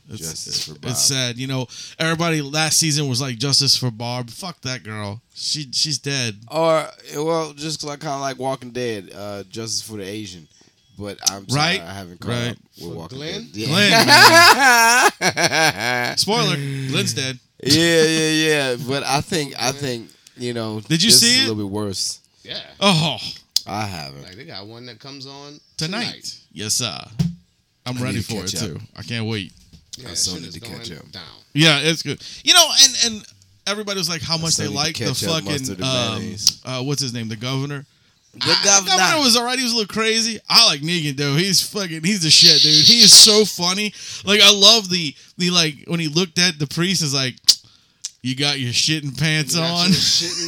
It's, Justice for Bob. It's sad, you know. Everybody last season was like justice for Barb. Fuck that girl. She she's dead. Or well, just like kind of like Walking Dead, uh, Justice for the Asian. But I'm sorry, Right, I haven't caught right. up with For Walking Glenn? Dead. Yeah. [laughs] Glenn, yeah, Spoiler: Lynn's dead. yeah, yeah. But I think I think you know. Did you this see is it? A little bit worse. Yeah. Oh, I haven't. Like they got one that comes on tonight. Yes, sir. I'm I ready need to for it catch up. too. I can't wait. Yeah, I that still shit need is to catch going up. Down. Yeah, it's good. You know, and and everybody was like how much still they need to like the catch up, mustard fucking and um, mayonnaise. uh, what's his name, the governor. The The governor was alright. He was a little crazy. I like Negan though. He's fucking. He's the shit, dude. He is so funny. Like I love the the like when he looked at the priest is like, you got your shitting pants on [laughs] [laughs]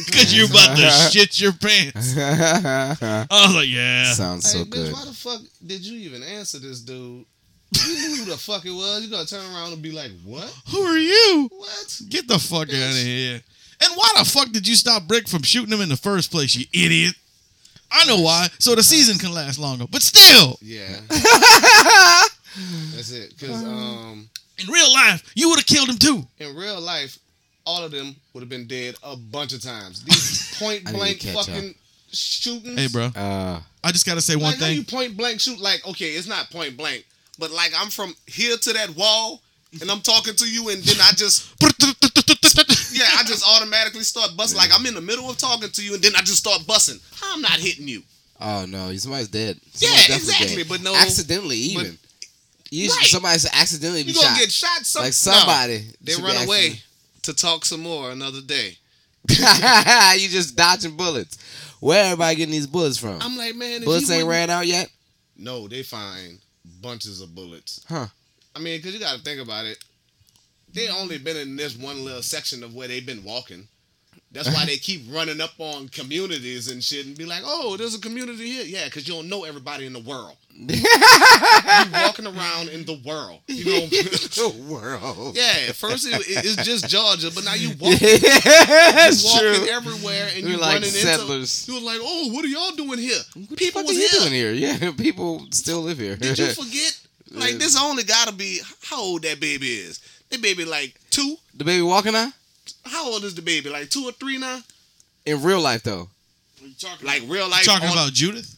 because you're about to shit your pants. I was like, yeah. Sounds Hey, so bitch, good. why the fuck did you even answer this dude? You knew who the fuck it was. You gonna turn around and be like, what? Who are you? What? Get the fuck out of here. And why the fuck did you stop Brick from shooting him in the first place, you idiot? I know why. So the season can last longer. But still, Yeah. That's it. [laughs] Because um, in real life, you would have killed him too. in real life, all of them would have been dead a bunch of times. These [laughs] point I need to blank catch up. fucking shootings. Hey, bro. Uh, I just got to say one like, how thing. you point blank shoot? Like, okay, it's not point blank, but like I'm from here to that wall, and I'm talking to you, and then I just yeah, I just automatically start busting. Like I'm in the middle of talking to you, and then I just start busting. I'm not hitting you. oh no, somebody's dead. Yeah, Somebody's definitely exactly, dead. but no- accidentally even. you should- Right. Somebody should accidentally be You shot. [laughs] gonna get shot? Some, like somebody. No, they should be run away accident- to talk some more another day. you just dodging bullets. Where everybody getting these bullets from? I'm like, man, if bullets you ain't wouldn't- ran out yet. No, they find bunches of bullets. Huh. I mean, because you got to think about it. They only been in this one little section of where they've been walking. That's [laughs] why they keep running up on communities and shit and be like, oh, there's a community here. Yeah, because you don't know everybody in [laughs] the world. you walking around in the world. You know? [laughs] The world. yeah, at first it, it- it's just Georgia, [laughs] but now you [laughs] walking, you That's walking true. everywhere and We're you like running settlers. into. You're like, oh, what are y'all doing here? What the People fuck was are here. you doing here? Yeah, [laughs] people still live here. Did [laughs] you forget? Like this only gotta be how old that baby is. That baby like two. the baby walking out How old is the baby? Like two or three now? in real life though. Like real [laughs] life. Talking on- about Judith?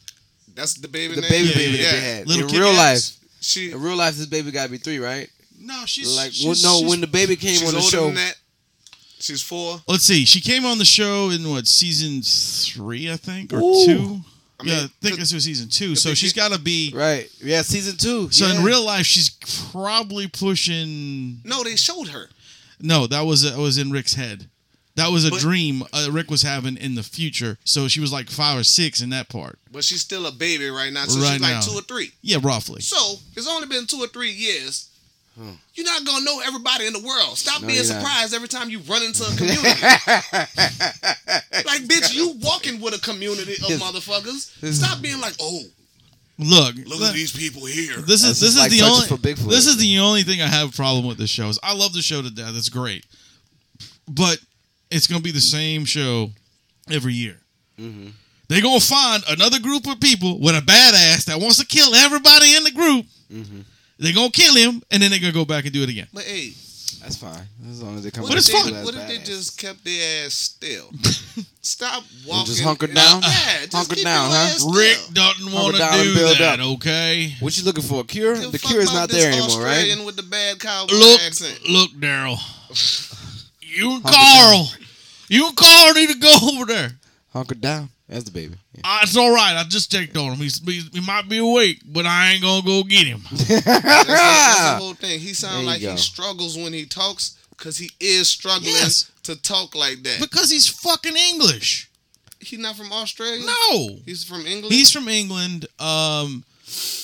that's the baby. The name? baby Yeah, baby yeah, that they had Little in kid real life. abs. She In real life, this baby gotta be three, right? No, she's like, she's- well, no, she's- when the baby came she's on older the show, than that. She's four. Let's see. She came on the show in what season three, I think, or Ooh. two. I mean, yeah, I think this was season two. So big she's got to be. right? Yeah, season two. So yeah. in real life, she's probably pushing. No, they showed her. No, that was that was in Rick's head. That was a But- dream uh, Rick was having in the future. So she was like five or six in that part. But she's still a baby right now. So Right she's like now. two or three. Yeah, roughly. So it's only been two or three years You're not gonna know everybody in the world. Stop Hmm. No, being you're not. surprised every time you run into [laughs] a community. like, bitch, you walking with a community of motherfuckers. Stop being like, oh, Look, look look- at these people here. This That's is this just like is the searching for only Bigfoot. this is the only thing I have a problem with this show is I love the show to death. It's great, but it's gonna be the same show every year. Mm-hmm. They're gonna find another group of people with a badass that wants to kill everybody in the group. Mm-hmm. They're gonna kill him, and then they're gonna go back and do it again. But hey, That's fine. As long as they come what, But if, it's they, fun. what if they just kept their [laughs] ass still? Stop walking. just hunker and- down? Yeah, just Hunker keep down, your huh? ass Rick still. doesn't want to down and do build that. up. Okay. What you looking for? A cure? Give a The fuck cure is about not this there anymore, Australian right? with the bad cowboy Look, accent. look, [laughs] Daryl. You and Carl, you and Carl need to go [laughs] over there. Hunker down. That's the baby. Yeah. Uh, it's all right. I just checked on him. He's, he's, he might be awake, but I ain't gonna go get him. That's, the- that's the whole thing. He There sounds you like go. he struggles when he talks because he is struggling Yes. to talk like that. Because he's fucking English. He's not from Australia. No, he's from England. he's from England. Um,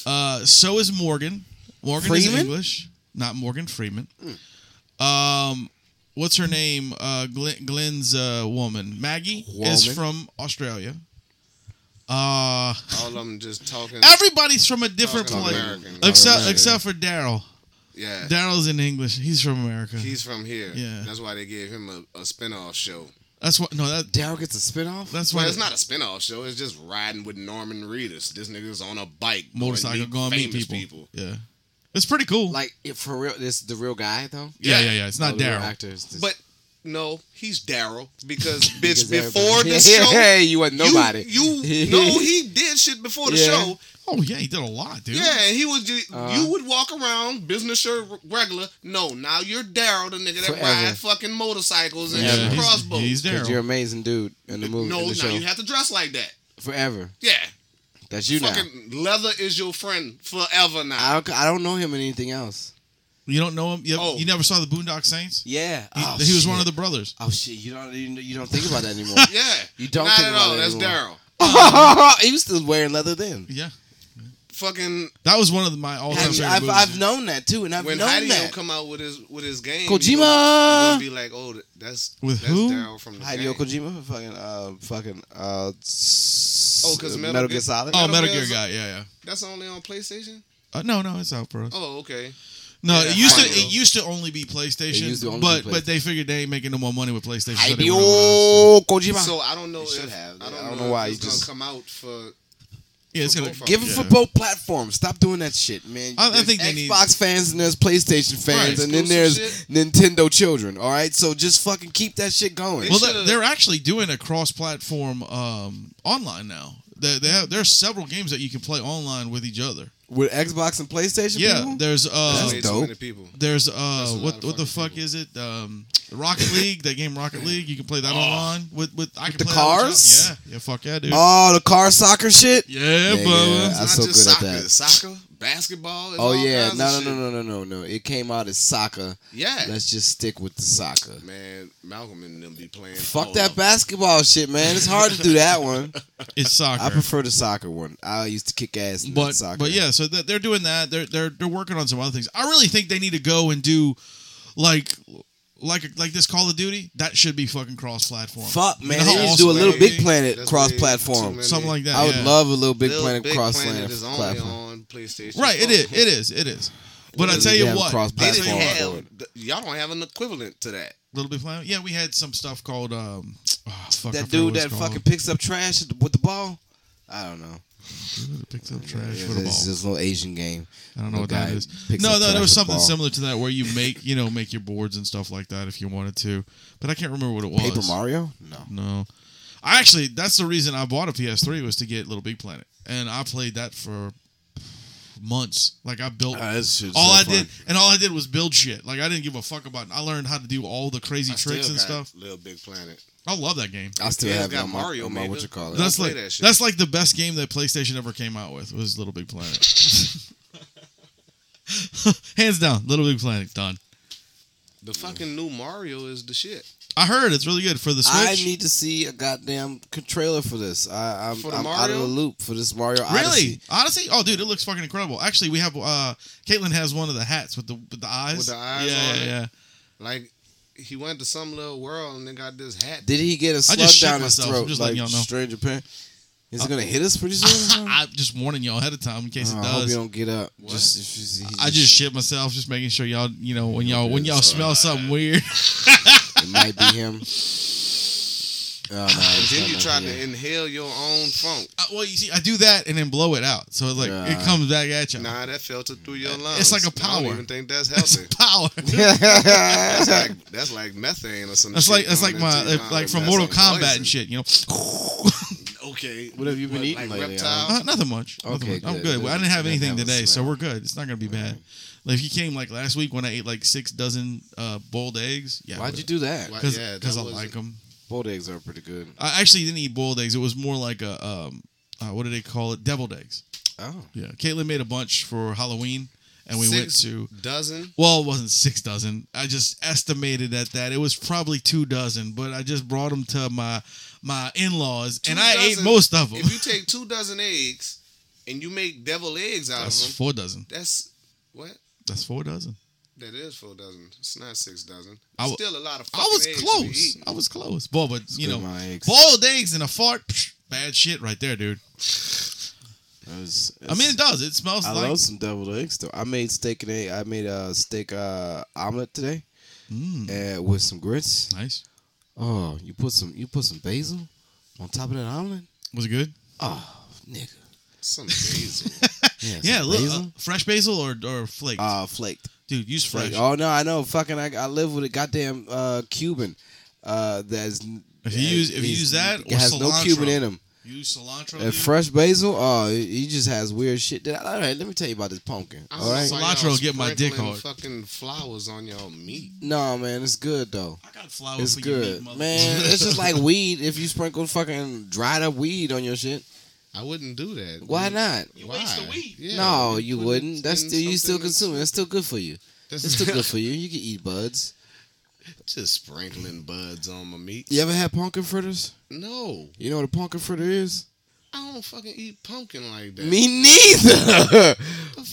uh, so is Morgan. Morgan is Freeman? English, not Morgan Freeman. Um, what's her name? Uh, Glenn, Glenn's uh, woman, Maggie, is Woman. from Australia. Uh, all of them just talking. everybody's from a different Talking place, American. except American. except for Daryl. yeah, Daryl's in English. He's from America. he's from here. Yeah. that's why they gave him a, a spinoff show. That's what. No, that Daryl gets a spinoff? that's why Well, it's not a spinoff show. It's just riding with Norman Reedus. This nigga's on a bike, going to motorcycle going to meet famous people. Yeah, it's pretty cool. Like, if for real, this the real guy, though? yeah, yeah, yeah. It's Oh, not the real Daryl. actor is just- But no, he's Daryl [laughs] because bitch because before everybody- [laughs] the show. Hey, you wasn't nobody. You, [laughs] you no, he did shit before the Yeah. show. Oh yeah, he did a lot, dude. Yeah, and he was. Just, Uh-huh. you would walk around business shirt r- regular. No, now you're Daryl, the nigga that Forever. ride fucking motorcycles and Yeah, shoot he's, crossbows. he's Because you're Daryl. amazing dude in the movie, no, in now the show. you have to dress like that. Forever. Yeah, That's you now. fucking leather is your friend forever now. I don't, I don't know him in anything else. You don't know him. You, Oh. you never saw the Boondock Saints. Yeah. He, he was one of the brothers. Oh shit! You don't you, you don't think about that [laughs] anymore. yeah, You don't not think at about all. it That's anymore. Daryl. he was still wearing leather then. Yeah, Fucking that was one of my all-time I've, favorite I've, movies. I've known that too, and I've when known Hideo that. come out with his with his game, Kojima! you gonna be like, oh, th- that's With that's who? Daryl from the Hideo game. Kojima, fucking, uh, fucking, uh, s- Oh, 'cause Metal Metal Gear- Gear Solid. oh, Metal Metal Gear's- Gear guy. Yeah, yeah. That's only on PlayStation. Uh, no, no, it's out for us. Oh, okay. no, yeah, it used to Hideo. it used to only be PlayStation, It used to only but be but they figured they ain't making no more money with PlayStation. so they went over to us. Hideo Kojima. So I don't know. It If, should have. I don't, I don't know, know why if you it's gonna just- come out for. yeah, it's gonna for both of Give it yeah. for both platforms. Stop doing that shit, man. I- I There's think they need- Xbox fans and there's PlayStation fans, Right. and then there's Exclusive Nintendo children. All right, so just fucking keep that shit going. Well, They they're, should've- they're actually doing a cross-platform um, online now. They, they have, there are several games that you can play online with each other. With Xbox and PlayStation, Yeah, people? there's uh, way dope. too many people. there's a uh, lot what of what the fucking fuck is it? Um, Rocket League, that game Rocket League. You can play that online with with I can Oh. the play that with cars? you. Yeah, yeah, fuck yeah, dude. Oh, the car soccer shit. yeah, yeah, Bubba. yeah. I'm It's so good not just at soccer. that. It's Soccer, basketball. it's Oh all yeah, kinds of no, shit. no, no, no, no, no, no. It came out as soccer. Yeah, Let's just stick with the soccer. man, Malcolm and them be playing. all Fuck that of them. basketball shit, man. It's hard to do that [laughs] one. It's soccer. I prefer the soccer one. I used to kick ass in but the soccer. but yeah, so that they're doing that. They're they're they're working on some other things. I really think they need to go and do like like like this Call of Duty. That should be fucking cross-platform. Fuck man, You know they how need to do a awesome little that big would be? planet That's cross way too platform. many- Something like that. I would yeah. love a little big Little planet Big cross Planet is only platform. on PlayStation. Right, it 4. is. It is. It is. But I Yeah, tell they you have what, They didn't cross-platform. They didn't- have, th- y'all don't have an equivalent to that. Little Big Planet. Yeah, we had some stuff called um, oh, fuck, That I forgot dude what it's that called. fucking picks up trash at the- with the ball. I don't know. Dude that picks up trash for the ball. It's just a little Asian game. I don't know what guy that is. picks No, up no, trash there with was something ball. similar to that where you make you know make your boards and stuff like that if you wanted to, but I can't remember what it was. Paper Mario? No. No, I actually that's the reason I bought a PS3 was to get Little Big Planet, and I played that for months. Like I built all I did, and all I did was build shit. Like I didn't give a fuck about. It. I learned how to do all the crazy I tricks still and got stuff. Little Big Planet. I love that game. I still Yeah, it's have it got on my, Mario, on my man. what you call it. That- That's play like that shit. that's like the best game that PlayStation ever came out with was Little Big Planet. [laughs] Hands down, Little Big Planet done. Mm. The fucking new Mario is the shit. I heard it's really good for the I Switch. need to see a goddamn c- trailer for this. I, I'm, For the I'm out of Mario? the loop for this Mario really, Odyssey. Odyssey? Oh, dude, it looks fucking incredible. Actually, we have uh, Caitlin has one of the hats with the with the eyes. the eyes yeah, on yeah, it. yeah. Like he went to some little world and then got this hat. Did he get a slug just shit down his myself. I'm throat just like letting y'all know. Stranger Pan? Is it gonna hit us pretty [laughs] [laughs] soon? I'm just warning y'all ahead of time in case Oh, it I hope you does. don't get up. Just, if you see, he I just shit myself, just making sure y'all, you know, when y'all when y'all smell something weird. [laughs] It might be [laughs] him. Oh, no, it's Then not you him, tried yeah. to inhale your own funk. Uh, well, you see, I do that and then blow it out, so it's like it Yeah. comes back at you. [laughs] Nah, that filtered through your lungs. It's like a I power. don't even think that's That's healthy. power. [laughs] [laughs] that's like that's like methane or something. That's like that's like my like, from Mortal Kombat and shit. You know, [laughs] Okay, What have you been eating like lately, reptile? Uh, nothing much. nothing Okay, much. I'm good. good. I didn't have Didn't anything have a today, so smell. we're good. It's not gonna be bad. Like if you came like last week when I ate like six dozen uh, boiled eggs, yeah. Why'd you do that? Why- Because yeah, that I wasn't- like them. Boiled eggs are pretty good. I actually didn't eat boiled eggs. It was more like a um, uh, what do they call it? Deviled eggs. Oh, Yeah. Caitlin made a bunch for Halloween, and we went Six to. dozen. Well, it wasn't six dozen. I just estimated at that. It was probably two dozen, but I just brought them to my my in laws, and I ate dozen- most of them. If you take two dozen eggs and you make devil eggs out That's of them, four dozen. that's what. That's four dozen. That is four dozen. It's not six dozen. I wa- Still a lot of. I was fucking eggs to E. be close. eaten. I was close. Boy, but you good, know, my eggs. boiled eggs and a fart, psh, bad shit right there, dude. that was- I mean, it does. It smells I like love some deviled eggs though. I made steak and egg. I made a steak uh, omelet today, Mm. uh, with some grits. nice. Oh, you put some you put some basil on top of that omelet. Was it good? Oh, nigga. [laughs] Some basil. Yeah, Yeah, some look, uh, basil. fresh basil or or flaked, Uh, flaked. dude. Use fresh. Flaked. Oh no, I know. Fucking, I, I live with a goddamn uh, Cuban. Uh, that's If you use- if you use that or has no cilantro. Cuban in him. Use cilantro. And dude. fresh basil, oh, he just has weird shit. That, all right, let me tell you about this pumpkin. I All don't right, know Cilantro why y'all get my dick sprinkling hard. Fucking flowers on y'all meat. no man, it's good though. I got flour It's Oh, for you, good, meat mother- man. It's [laughs] just like weed. If you sprinkle fucking dried up weed on your shit, I wouldn't do that. why not? You waste the weed. no, you wouldn't. That's still you still consuming. consuming. That's still good for you. That's It's still good for you. You can eat buds. Just sprinkling buds on my meat. You ever had pumpkin fritters? No, You know what a pumpkin fritter is? I don't fucking eat pumpkin like that. Me [laughs] neither.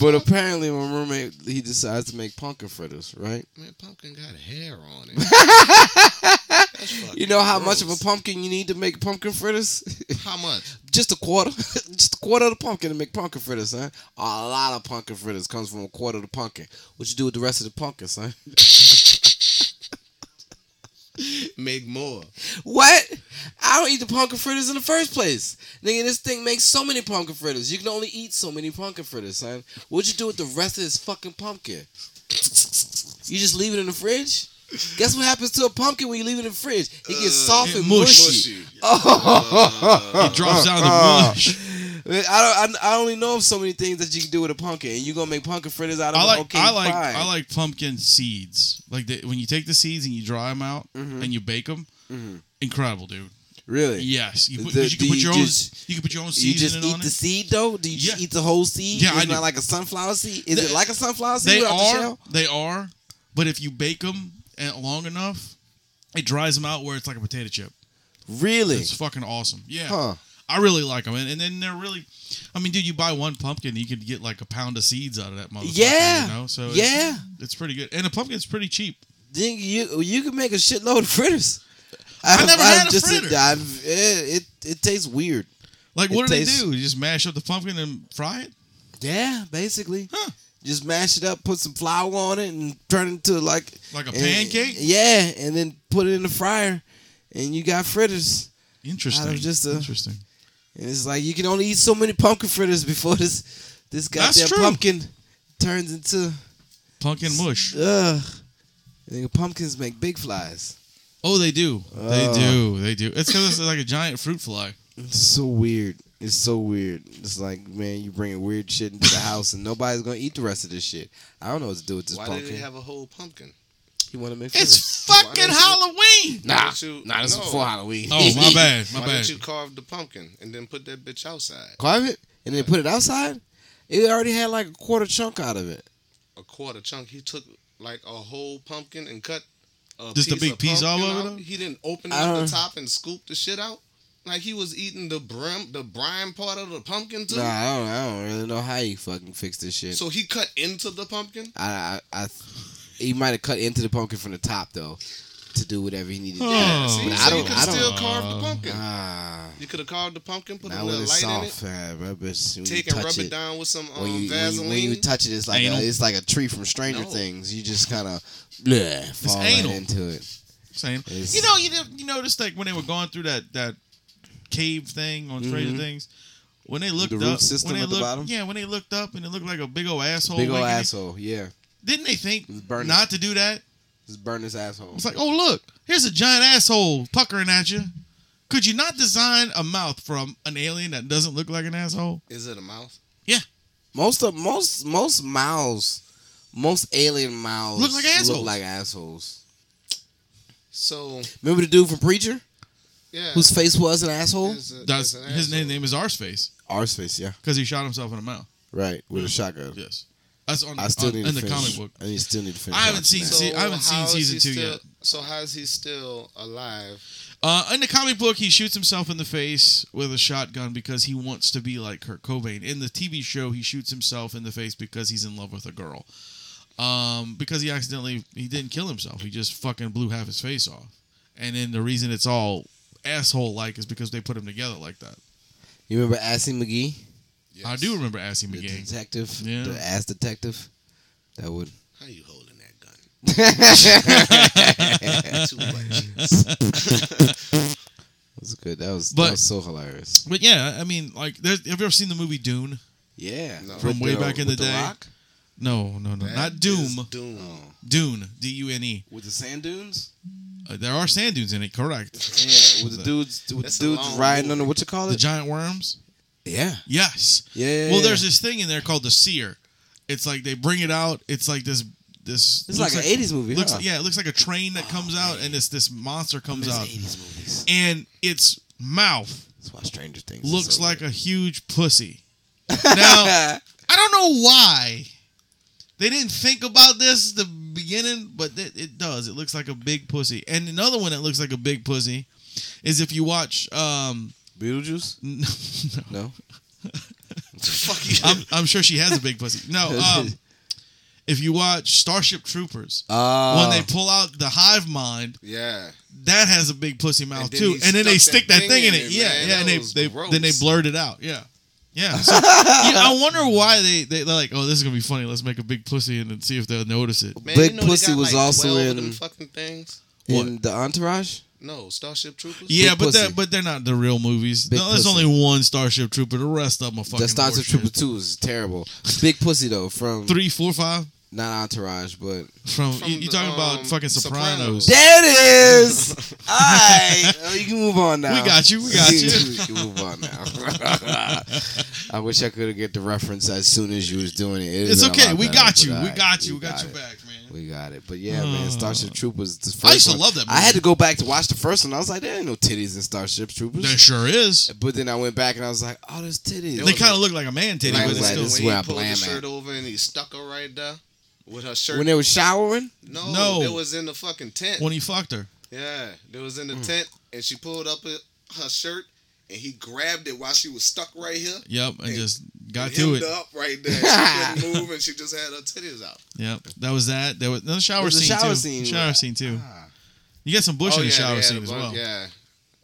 [laughs] but apparently, my roommate he decides to make pumpkin fritters. Right? Man, pumpkin got hair on it. [laughs] That's fucking You know how much of gross. a pumpkin you need to make pumpkin fritters? [laughs] How much? just a quarter, [laughs] just a quarter of the pumpkin to make pumpkin fritters, son. A lot of pumpkin fritters comes from a quarter of the pumpkin. What you do with the rest of the pumpkin, son? Make more. What? I don't eat the pumpkin fritters in the first place, nigga. This thing makes so many pumpkin fritters. You can only eat so many pumpkin fritters, son. What you do with the rest of this fucking pumpkin? You just leave it in the fridge. Guess what happens to a pumpkin when you leave it in the fridge? It gets soft it and mush. mushy. Uh, Oh. [laughs] It drops out of the mush. Man, I don't. I, I only know of so many things that you can do with a pumpkin, and you gonna make pumpkin fritters out of I it? like okay, I like fine. I like pumpkin seeds. Like the, when you take the seeds and you dry them out and you bake them, incredible, dude. Mm-hmm. Really? Yes, you, put, The- 'cause you can do put you your own. just- you can put your own You seasoning just eat on the it. seed though? Do you just Yeah. eat the whole seed? Yeah, I it's not do. like a sunflower seed. Is They- it like a sunflower seed They without the are. shell? They are. But if you bake them long enough, it dries them out where it's like a potato chip. Really? It's fucking awesome. Yeah. Huh. I really like them, and, and then they're really, I mean, dude, you buy one pumpkin, you could get like a pound of seeds out of that motherfucker. Yeah. you know, so it's- Yeah. it's, pretty good, and a pumpkin's pretty cheap. Then you you can make a shitload of [laughs] fritters. I've- never I've had a just- fritter. I've- it, it it tastes weird. Like, It what do tastes- they do? You just mash up the pumpkin and fry it? Yeah, basically. Huh. Just mash it up, put some flour on it, and turn it into like Like a and- pancake? Eh, Yeah, and then put it in the fryer, and you got fritters. Interesting. Out of just a- Interesting. And it's like you can only eat so many pumpkin fritters before [laughs] this this That's goddamn true. pumpkin turns into Pumpkin mush. ugh. Nigga, pumpkins make big flies. Oh, they do. Uh. they do. They do. It's because it's like a giant fruit fly. It's so weird. It's so weird. It's like man, you bringing weird shit into the house and nobody's gonna eat the rest of this shit. I don't know what to do with this Why did pumpkin. they have a whole pumpkin? you want to make fritters? It's Why don't fucking you- Halloween. Why don't you- no. Halloween. [laughs] Oh, my bad. My Why bad. didn't you carve the pumpkin and then put that bitch outside? Carve it and then put it outside. It already had like a quarter chunk out of it. A quarter chunk. He took like a whole pumpkin and cut a Just a big of piece all pumpkin over out. them? He didn't open it I at don't- the top and scoop the shit out. Like he was eating the brim, the brine part of the pumpkin too. Nah, I don't, I don't really know how he fucking fixed this shit. So he cut into the pumpkin. I, I, I he might have cut into the pumpkin from the top though to do whatever he needed. to Oh. do. See, But so I you don't, could I don't. still carve the pumpkin. Ah, you could have carved the pumpkin, put a not when little it's light soft, man. But it's- when in you it, take and touch rub it, it down with some um, When you, when, you, Vaseline. when you touch it, it's like Anal. a, it's like a tree from Stranger No. Things. You just kind of fall right anal. into it. Same. It's- You know, you know, you noticed like when they were going through that that cave thing on Stranger Things, when they looked Mm-hmm. The up, roof system when they at the looked, bottom? yeah, when they looked up and it looked like a big old asshole. Big old winking it, asshole. Yeah, Didn't they think It's burning. not to do that? just burn this asshole. It's like, oh look, here's a giant asshole puckering at you. Could you not design a mouth from an alien that doesn't look like an asshole? Is it a mouth? Most of most most mouths, most alien mouths Look like assholes. Look like assholes. So Remember the dude from Preacher yeah, whose face was an asshole? it's a- That's it's an his name. asshole. Name is Arseface R's face, yeah, because he shot himself in the mouth. right, with a shotgun. Yes, that's on, I still on- need Mm. Uh, in to the finish. comic book. I need- still need to finish. I haven't watching seen that. So- See, I haven't seen how is season he two still- yet. So how is he still alive? Uh, in the comic book, he shoots himself in the face with a shotgun because he wants to be like Kurt Cobain. In the TV show, he shoots himself in the face because he's in love with a girl. Um, because he accidentally he didn't kill himself. He just fucking blew half his face off. And then the reason it's all asshole like is because they put him together like that. You remember Assy McGee, I do remember Assy the McGee. detective, Yeah. the ass detective? That would. How you holding that gun? that Too much. was good. That was But- that was so hilarious. But yeah, I mean, like, there's, have you ever seen the movie Dune? Yeah, No. From With way back in with the day? Rock? No, no, no, That not is Doom. Doom. Dune, D U N E. with the sand dunes. Uh, There are sand dunes in it, correct? Yeah, with the dudes, with That's a the dudes long riding movie. under what you call The it? giant worms. Yeah, Yes. yeah. yeah, Well, yeah. there's this thing in there called the seer. It's like they bring it out. It's like this. This It's looks like an '80s movie. Looks huh? yeah, it looks like a train that comes out, and this this monster comes It's out, 80s movies. and its mouth That's why Stranger Things is looks so like good. a huge [laughs] pussy. Now I don't know why they didn't think about this at the beginning, but it, it does. It looks like a big pussy. And another one that looks like a big pussy is if you watch. Um, [laughs] Beetlejuice. no, No, [laughs] Fuck [laughs] you. I'm, I'm sure she has a big pussy. No, um, if you watch Starship Troopers, uh, when they pull out the hive mind, yeah. that has a big pussy mouth then too, he and then they stuck stick that thing in it. yeah, man. yeah, and That they, was they gross. then they blurt it out. Yeah, yeah. So, yeah, I wonder why they they they're like, oh, this is gonna be funny. Let's make a big pussy and then see if they'll notice it. Man, Big you know they Pussy got, was like, also 12 of in- them fucking things. in the Entourage. No, Starship Troopers. Yeah, Big but pussy. that but they're not the real movies. Big no, there's pussy. only one Starship Trooper. The rest of them are fucking. The Starship horseshit. Trooper Two is terrible. Big pussy though from Three, four, five not Entourage, but from, From you, you talking the, about um, fucking Sopranos. Sopranos. there it [laughs] is. All right, Oh, you can move on now. We got you, [laughs] we got you. we can move on now. [laughs] I wish I could have get the reference as soon as you was doing it. It'd It's been a lot okay. We better, got but you. all We right, got you. we We got your it. back, man. We got it. But yeah, man, Starship Troopers. The first I used to one. love that I movie. had to go back to watch the first one. I was like, there ain't no titties in Starship Troopers. There sure is. But then I went back and I was like, oh, there's titties. They kind of look like a man titty, Like, but it's like still. this is when he where I pulled blam the shirt at. over and he stuck her right there with her shirt. when they were showering. no, No. it was in the fucking tent. when he fucked her. yeah, it was in the Hmm. tent, and she pulled up it- her shirt, and he grabbed it while she was stuck right here. Yep, and Hey, just got and to hemmed it. up right there. [laughs] She couldn't move, and she just had her titties out. Yep, that was that. There was another shower There's a scene shower too. scene. Ah. Shower scene too. You get some bush in the Oh, yeah, they shower had scene a as well. bunch- Yeah,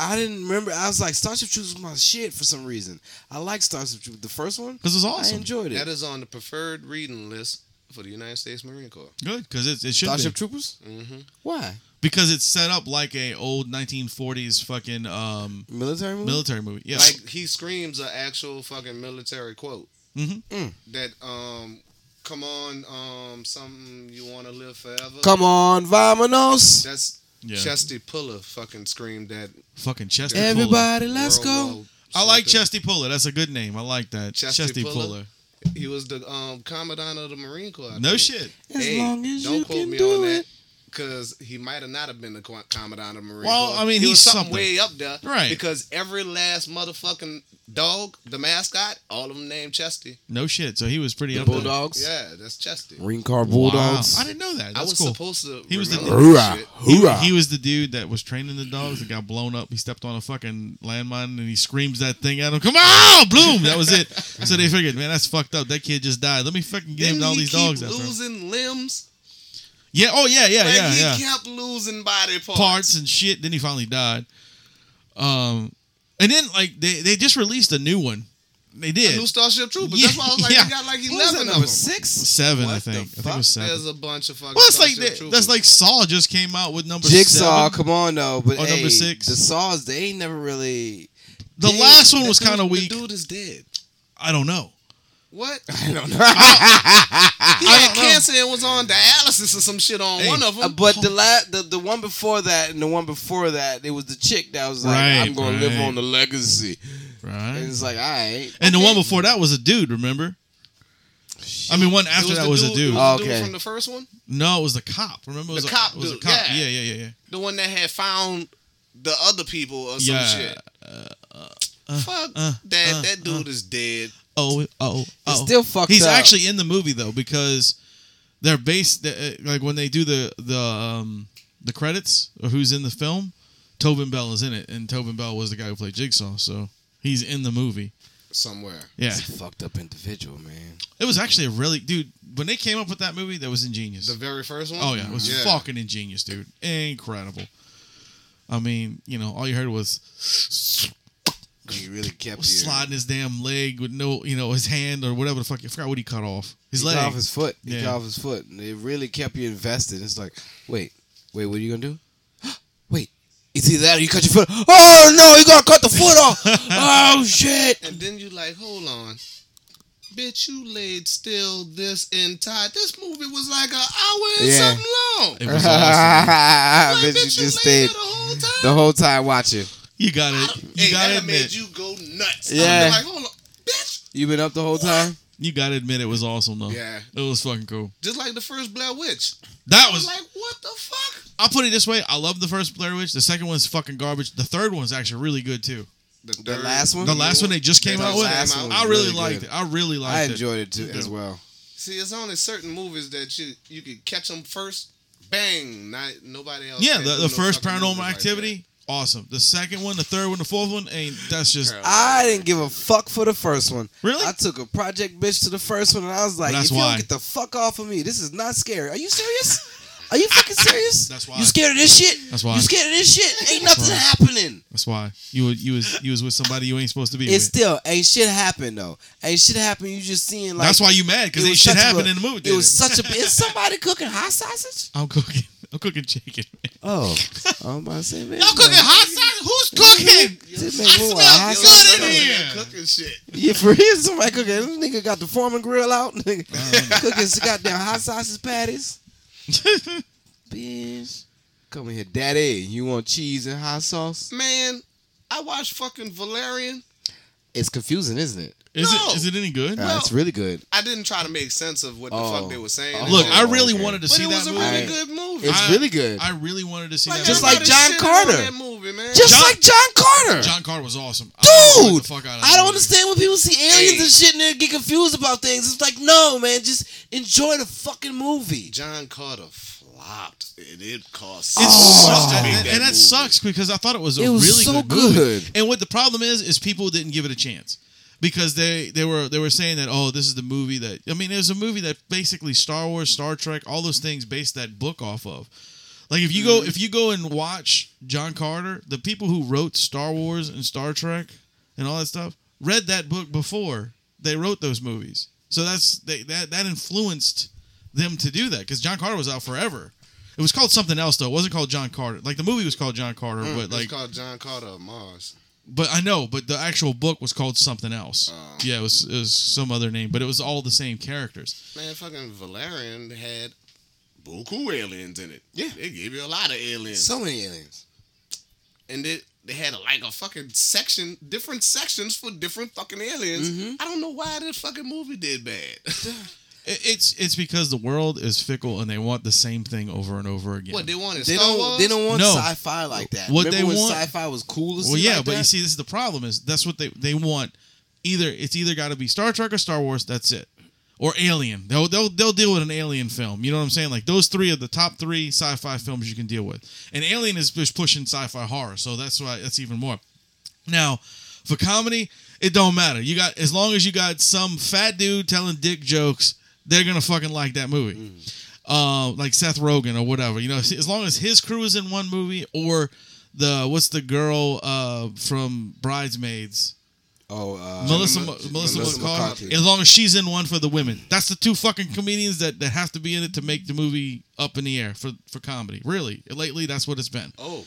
I didn't remember. I was like, Starship Troopers was my shit for some reason. I like Starship Troopers. The first one, Cause it's I awesome. enjoyed that it. is on the preferred reading list for the United States Marine Corps. Good, cause it, it should Starship be. Troopers? Mm-hmm. Why? because it's set up like a old 1940s fucking um, Military movie? military movie. Yeah, Like he screams an actual fucking military quote. Mhm. Mm. That um, come on, um, something you want to live forever. Come on, Vamanos. That's yeah. Chesty Puller fucking screamed that. fucking Chesty Puller. Everybody, let's go. I like Chesty Puller. That's a good name. I like that. Chesty Chesty, Puller? Puller. He was the um commandant of the Marine Corps. I No think. shit. As Hey, long as don't you quote can me do on it. that. because he might have not have been the co- commandant of Marine Well, Corps. I mean, he he's was something. something, way up there, Right. Because every last motherfucking dog, the mascot, all of them named Chesty. No shit. So he was pretty The up there. Bulldogs. Yeah, that's Chesty. Marine Corps Wow. Bulldogs. I didn't know that. That's I was cool. supposed to. He was the- remember Hoorah. that shit. Hoorah. He was the dude that was training the dogs that got blown up. He stepped on a fucking landmine and he screams that thing at him. Come on, bloom. That was it. So they figured, man, that's fucked up. That kid just died. Let me fucking give him Didn't all he these keep dogs. after him. losing limbs. Yeah. Oh yeah. Yeah. Like yeah. he yeah. kept losing body parts. parts and shit. Then he finally died. Um, and then like they they just released a new one. They did New Starship Troopers. Yeah, That's why I was like, yeah. they got like What was that, eleven of number them. six? seven, What I the think. I think fuck? it was seven. There's a bunch of fucking. well, that's like Starship that, Troopers. that's like Saw just came out with number Jigsaw, Seven. come on though. But Or hey, number six. the saws they ain't never really. The Dude, last one The was dude- kind of weak. The dude is dead. I don't know. [laughs] What? I don't know. He had cancer and was on dialysis or some shit on Hey, one of Uh, them. but the, la- the the one before that and the one before that, it was the chick that was like, Right, "I'm gonna live right. on the legacy," and Right. it's like, "All right." And the one before that was a dude. Remember? I mean, one after that was a dude. It was the Okay. dude from the first one, No, it was the cop. Remember, it was The a, cop it was a dude, cop. yeah. Yeah, yeah, yeah, yeah. the one that had found the other people or some Yeah, shit. Fuck uh, that! uh, that dude is dead. Oh, oh, oh. It's still fucked He's up. actually in the movie though because they're based the- uh, like when they do the the um, the credits or who's in the film. Tobin Bell is in it, and Tobin Bell was the guy who played Jigsaw, so he's in the movie. Somewhere. Yeah, He's a fucked up individual, man. it was actually a really dude when they came up with that movie. That was ingenious. The very first one. Oh yeah, it was fucking ingenious, dude. Incredible. I mean, you know, all you heard was He really kept you. sliding his damn leg with no, you know, his hand or whatever the fuck. I forgot what he cut off. His he leg. cut off his foot. He Yeah. cut off his foot. And it really kept you invested. It's like, wait, wait, what are you gonna do? [gasps] wait, it's either that or you cut your foot. Oh no, you gotta cut the foot [laughs] off. oh shit. And then you like, hold on. Bitch, you laid still this entire. This movie was like an hour and Yeah. something long. It bitch, was awesome. [laughs] [laughs] Like, you bitch, you, just stayed laid there the whole time. the whole time watching. You got it. You hey, got to that made admit. You, you go nuts. Yeah. I'm like, hold on, bitch. You been up the whole time? got to admit it was awesome though. Yeah. It was fucking cool. Just like the first Blair Witch. That I was. was like, what the fuck? I'll put it this way. I love the first Blair Witch. The second one's fucking garbage. The third one's actually really good too. The last one? The last one they just came The out with. last one I was really, really liked good. it. I really liked I it. enjoyed it too as well. See, it's only certain movies that you you can catch them first. Bang! Not nobody else. Yeah, can the, do the no first fucking Paranormal movies like Activity, awesome. The second one, the third one, the fourth one, ain't that's just Girl. I didn't give a fuck for the first one. Really? I took a project bitch to the first one, and I was like, Well, that's "If you why. don't get the fuck off of me, this is not scary. Are you serious? Are you fucking serious? [laughs] That's why. You scared of this shit? That's why. You scared of this shit? Ain't nothing why. happening. that's why you were- you was you was with somebody you ain't supposed to be It with. still ain't shit happen though. Ain't shit happen. You just seeing like that's why you mad because it ain't was shit such a- happened in the movie. It was theater. such a. Is somebody cooking hot sausage? [laughs] I'm cooking. I'm cooking chicken. man. Oh, I'm about to say man. I'm cooking hot sauce. Who's cooking? This I nigga smell want hot good sauce. that. in Over here. there Cooking shit. Yeah, for real, somebody cooking. This nigga got the farm and grill out. Nigga Uh-huh. cooking some goddamn hot sausage [laughs] patties. Bitch. Come here, daddy. You want cheese and hot sauce? Man, I watched fucking Valerian. It's confusing, isn't it? Is No. it is it any good? Uh, Well- it's really good. I didn't try to make sense of what the Oh. fuck they were saying. Oh. and Look, shit. I really okay. wanted to but see it was that a movie. really movie. good movie. It's I- really good. I really wanted to see that. Just movie. like John everybody Carter. shitted on That movie, man. Just John- like John Carter. John Carter was awesome. I enjoyed Dude, the fuck out of that I don't movie. understand when people see aliens Hey. and shit and they get confused about things. It's like, no, man, just enjoy the fucking movie. John Carter flopped, and it cost. It so sucks, much to make and, and that movie. sucks because I thought it was a It was really so good, movie. good. And what the problem is is people didn't give it a chance because they they were they were saying that oh this is the movie that I mean it was a movie that basically Star Wars, Star Trek, all those things based that book off of. Like if you go if you go and watch John Carter, the people who wrote Star Wars and Star Trek and all that stuff read that book before they wrote those movies. So that's they, that that influenced them to do that because John Carter was out forever. It was called something else though. It wasn't called John Carter. Like the movie was called John Carter, but It's like called John Carter of Mars. but I know, but the actual book was called something else. Yeah, it was, it was some other name, but it was all the same characters. Man, fucking Valerian had beaucoup aliens in it. Yeah, they gave you a lot of aliens, So many aliens. and they they had like a fucking section, Mm-hmm. [laughs] different sections for different fucking aliens. I don't know why this fucking movie did bad. It- It's it's because the world is fickle and they want the same thing over and over again. What they wanted? They Star don't. Wars? They don't want No. sci-fi like that. What Remember they when want- sci-fi was cool. well, yeah, but you see, this is the problem. Is that's what they they want. Either it's either got to be Star Trek or Star Wars. That's it. Or Alien. They'll, they'll they'll deal with an Alien film. You know what I'm saying? Like those three are the top three sci-fi films you can deal with. And Alien is just pushing sci-fi horror, so that's why that's even more. Now, for comedy, it don't matter. You got as long as you got some fat dude telling dick jokes, they're gonna fucking like that movie. Uh, like Seth Rogen or whatever. You know, as long as his crew is in one movie or the what's the girl uh, from Bridesmaids, Oh, uh, Melissa Mo- Melissa, Melissa Melissa McCarthy. McCarthy. As long as she's in one for the women, that's the two fucking comedians that, that have to be in it to make the movie up in the air for for comedy. Really, lately that's what it's been. Oh,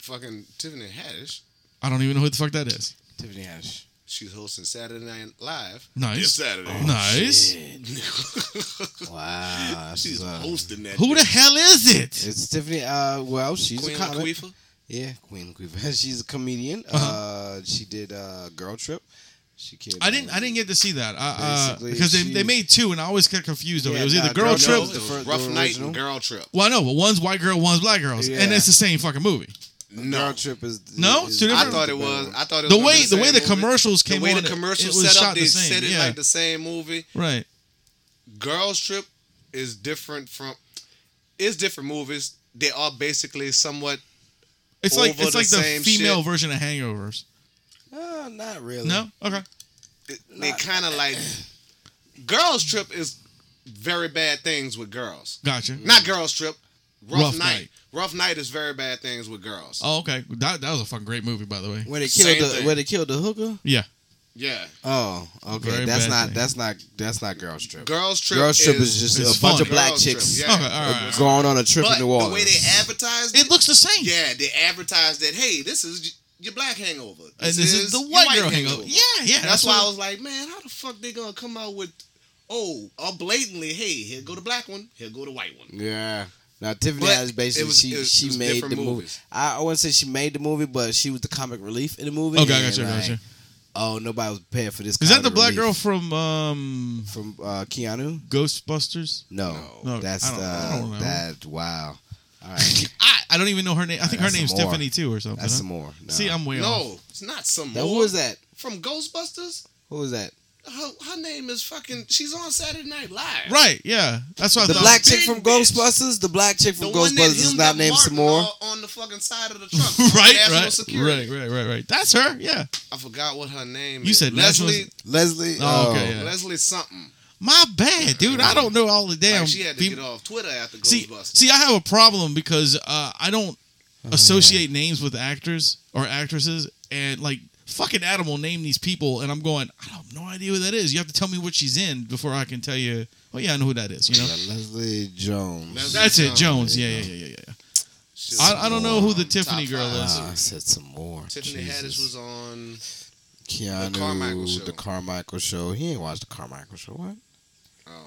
fucking Tiffany Haddish. I don't even know who the fuck that is. Tiffany Haddish. She's hosting Saturday Night Live. This Nice, Oh, Saturday. Oh, nice. Wow, that's She's what's up. hosting that. Who the bitch. hell is it? It's Tiffany. Uh, well, she's Queen a comic. Latifah? Yeah, Queen [laughs] Latifah. she's a comedian. uh she did uh, Girl Trip. She came. I didn't. I didn't get to see that. I, uh, Basically, because they, she- they made two, and I always got confused over it. Yeah, It was either nah, Girl Girl No, Trip. it Trip. was The fir- Rough the Night original? and Girl Trip. Well, I know, but one's white girl, one's black girls, Yeah. and it's the same fucking movie. No. Girl Trip is No? Is, Two I different- thought it was. I thought it was The gonna way be the, way same the movie. commercials the came way on, the it- commercials it was set shot up, the they same, set it yeah. like the same movie. right. Girls Trip is different from. It's different movies. They are basically somewhat. It's like Over it's the like the, same female shit. version of Hangovers. Uh, not really. No, okay. They kind of like. Girls Trip is very bad things with girls. Gotcha. Not Girls Trip. Rough, Rough night. Night. Rough Night is very bad things with girls. Oh, okay. That, that was a fucking great movie, by the way. Where they Same killed the thing. where they killed the hooker. Yeah. Yeah. Oh, okay. Very that's bad not thing. that's not that's not Girl Trip. Girls Trip. Girl Trip is, just it's a bunch fun. of black Girls chicks Trip, [laughs] Okay. All right. going on a trip But to New Orleans. the way they advertised It looks the same. Yeah, they advertised that. Hey, this is y- your black hangover. And this, is, the your white girl hangover. Yeah, yeah. that's, why what- I was like, man, how the fuck they gonna come out with? Oh, uh, blatantly, hey, here go the black one, here go the white one. Yeah. Now Tiffany But Haddish basically it was- she it was- she it was made the different movie. movies. I, I wouldn't say she made the movie, but she was the comic relief in the movie. Okay, I and, got you. I got like, you. Oh, nobody was prepared for this. Is comic that the black relief girl from um, from uh, Keanu? Ghostbusters? No, No, that's I don't- I don't the know. Uh, that. Wow. All right, I, I don't even know her name. I think her That's name's some more. Tiffany too, or something. that's huh? some more. No. See, I'm way off. No, it's not some Now, more. who was that? from Ghostbusters? Who was that? Her, her name is fucking. She's on Saturday Night Live. Right? Yeah. That's why I The thought. black big chick from bitch. Ghostbusters. The black chick The from one that Ghostbusters is him not that named Martin Samore. are on the fucking side of the truck. [laughs] right, National right, Security. right, right, right, right. That's her. Yeah. I forgot what her name. You is. said national- Leslie. Leslie. Oh, okay, yeah. Leslie something. My bad, dude. I don't know all the damn. like she had to peop- get off Twitter after see, Ghostbusters. Oh, see, I have a problem because uh, I don't associate names with actors or actresses, and like fucking Adam will name these people, and I'm going, I have no idea who that is. You have to tell me what she's in before I can tell you. Oh yeah, I know who that is. You know, Yeah, Leslie Jones. Leslie that's it, Jones. Yeah, yeah, yeah, yeah, yeah. She's I, I don't know who the um, Tiffany top girl five. is. Ah, I said some more. Tiffany Haddish was on. Keanu, The Carmichael Show. The Carmichael Show. He ain't watched the Carmichael Show. What? Oh,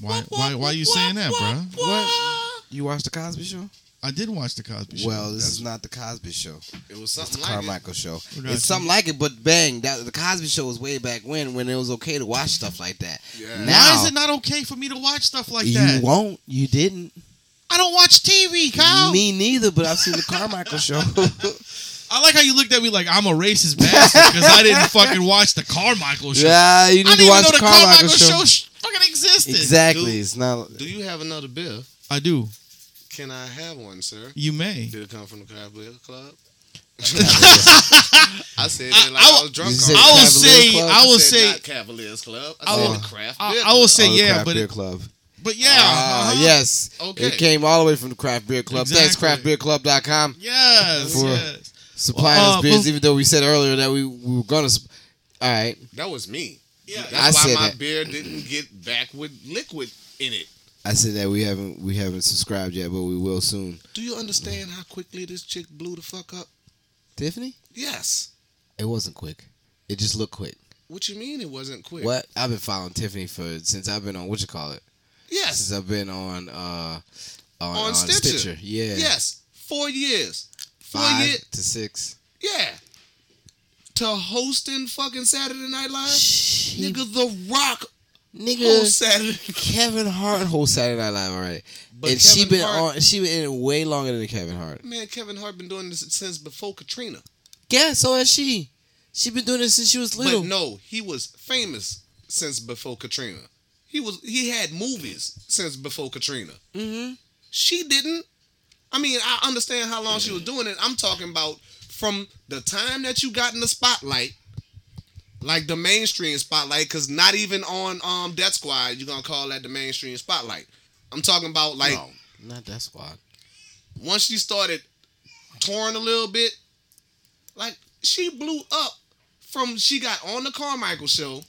Why, why, why are you saying that, bro? What? You watched the Cosby Show? I did watch the Cosby Show. Well, this is not the Cosby Show. it was something It's the like that. Carmichael Show. gotcha. It's something like it, but bang, that the Cosby Show was way back when, when it was okay to watch stuff like that. Yeah. Now why is it not okay for me to watch stuff like you that? won't. You didn't. I don't watch TV, Kyle. Me neither. But I've seen the [laughs] Carmichael Show. I like how you looked at me like I'm a racist bastard because I didn't fucking watch the Carmichael show. yeah, Uh, you I need didn't to even watch know the Carmichael, Show. sh- fucking existed. Exactly. Dude. It's not. Do you have another beer? I do. Can I have one, sir? You may. Did it come from the Cavalier [laughs] Club? I said that like I- I, I- was drunk. You said already. Cavalier Club? I will say. I will said say. not Cavaliers Club. I, I said will- craft I, beer. I will say Oh, the yeah, craft but beer it, club. but yeah, Ah, uh-huh. yes. Okay. It came all the way from the craft beer club. Exactly. Thanks, craftbeerclub.com. yes, For- yes. Supplying Well, uh, us beers, bef- even though we said earlier that we, we were going to. All right. That was me. Yeah. That's I why said my that. beer didn't get back with liquid in it. I said that we haven't we haven't subscribed yet, but we will soon. Do you understand how quickly this chick blew the fuck up? Tiffany, Yes. it wasn't quick. It just looked quick. What you mean it wasn't quick? What I've been following Tiffany for since I've been on what you call it Yes. since I've been on uh on, On on Stitcher. Stitcher. Yeah, Yes. Four years. Four five years. to six. Yeah. To hosting fucking Saturday Night Live? She Nigga, The Rock Nigga, Whole Saturday. Kevin Hart whole Saturday Night Live already, But and she Kevin been Hart- on. She been in it way longer than Kevin Hart. Man, Kevin Hart been doing this since before Katrina. Yeah, so has she. She been doing this since she was little. But no, he was famous since before Katrina. He was he had movies since before Katrina. hmm She didn't. I mean, I understand how long she was doing it. I'm talking about from the time that you got in the spotlight, like the mainstream spotlight, because not even on um Death Squad you're gonna call that the mainstream spotlight. I'm talking about like no, not that squad. once she started touring a little bit, like she blew up from she got on the Carmichael show.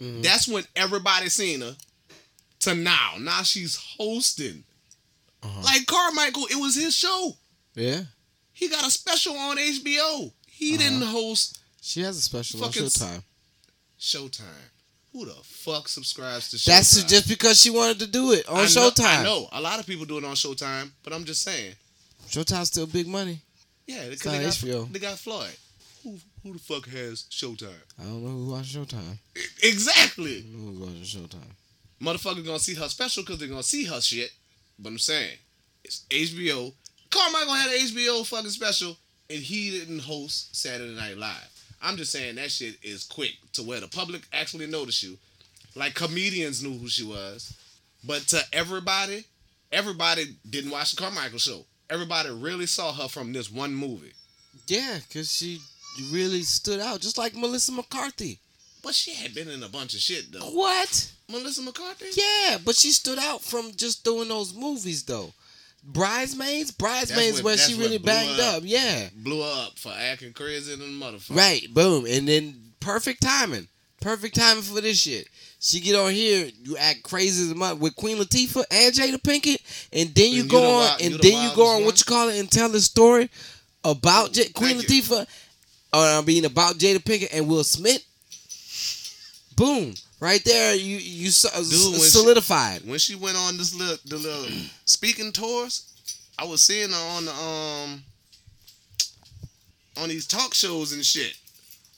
Mm-hmm. That's when everybody seen her to now. Now she's hosting. Uh-huh. Like Carmichael, it was his show. Yeah, He got a special on HBO. Uh-huh. He didn't host she has a special on Fucking s- Showtime. Showtime. Who the fuck subscribes to Showtime? That's just because she wanted to do it on I know- Showtime. I know a lot of people do it on Showtime, but I'm just saying. Showtime's still big money. Yeah, they, not they, HBO. got, they got Floyd. Who, who the fuck has Showtime? E-, I don't know who watches Showtime. Exactly. I know who watches Showtime. Motherfuckers gonna see her special because they're gonna see her shit. But I'm saying, it's HBO. Carmichael had an HBO fucking special, and he didn't host Saturday Night Live. I'm just saying that shit is quick to where the public actually notice you. Like comedians knew who she was, but to everybody, everybody didn't watch the Carmichael show. Everybody really saw her from this one movie. Yeah, because she really stood out, just like Melissa McCarthy. But she had been in a bunch of shit though. What? Melissa McCarthy? Yeah, but she stood out from just doing those movies though. Bridesmaids, bridesmaids, what- where that's she what really blew banged up. up. Yeah, Blew her up for acting crazy and motherfucker. right. Boom, and then perfect timing. Perfect timing for this shit. She get on here, you act crazy as a mother with Queen Latifah and Jada Pinkett, and then you And you go the on, wild- and you the then you go wildest on one? what you call it and tell the story about J- Queen thank you. Latifah, uh, I mean about Jada Pinkett and Will Smith. Boom, right there, you you so- when she- solidified. when she went on this little the little [clears throat] speaking tours, I was seeing her on the um on these talk shows and shit,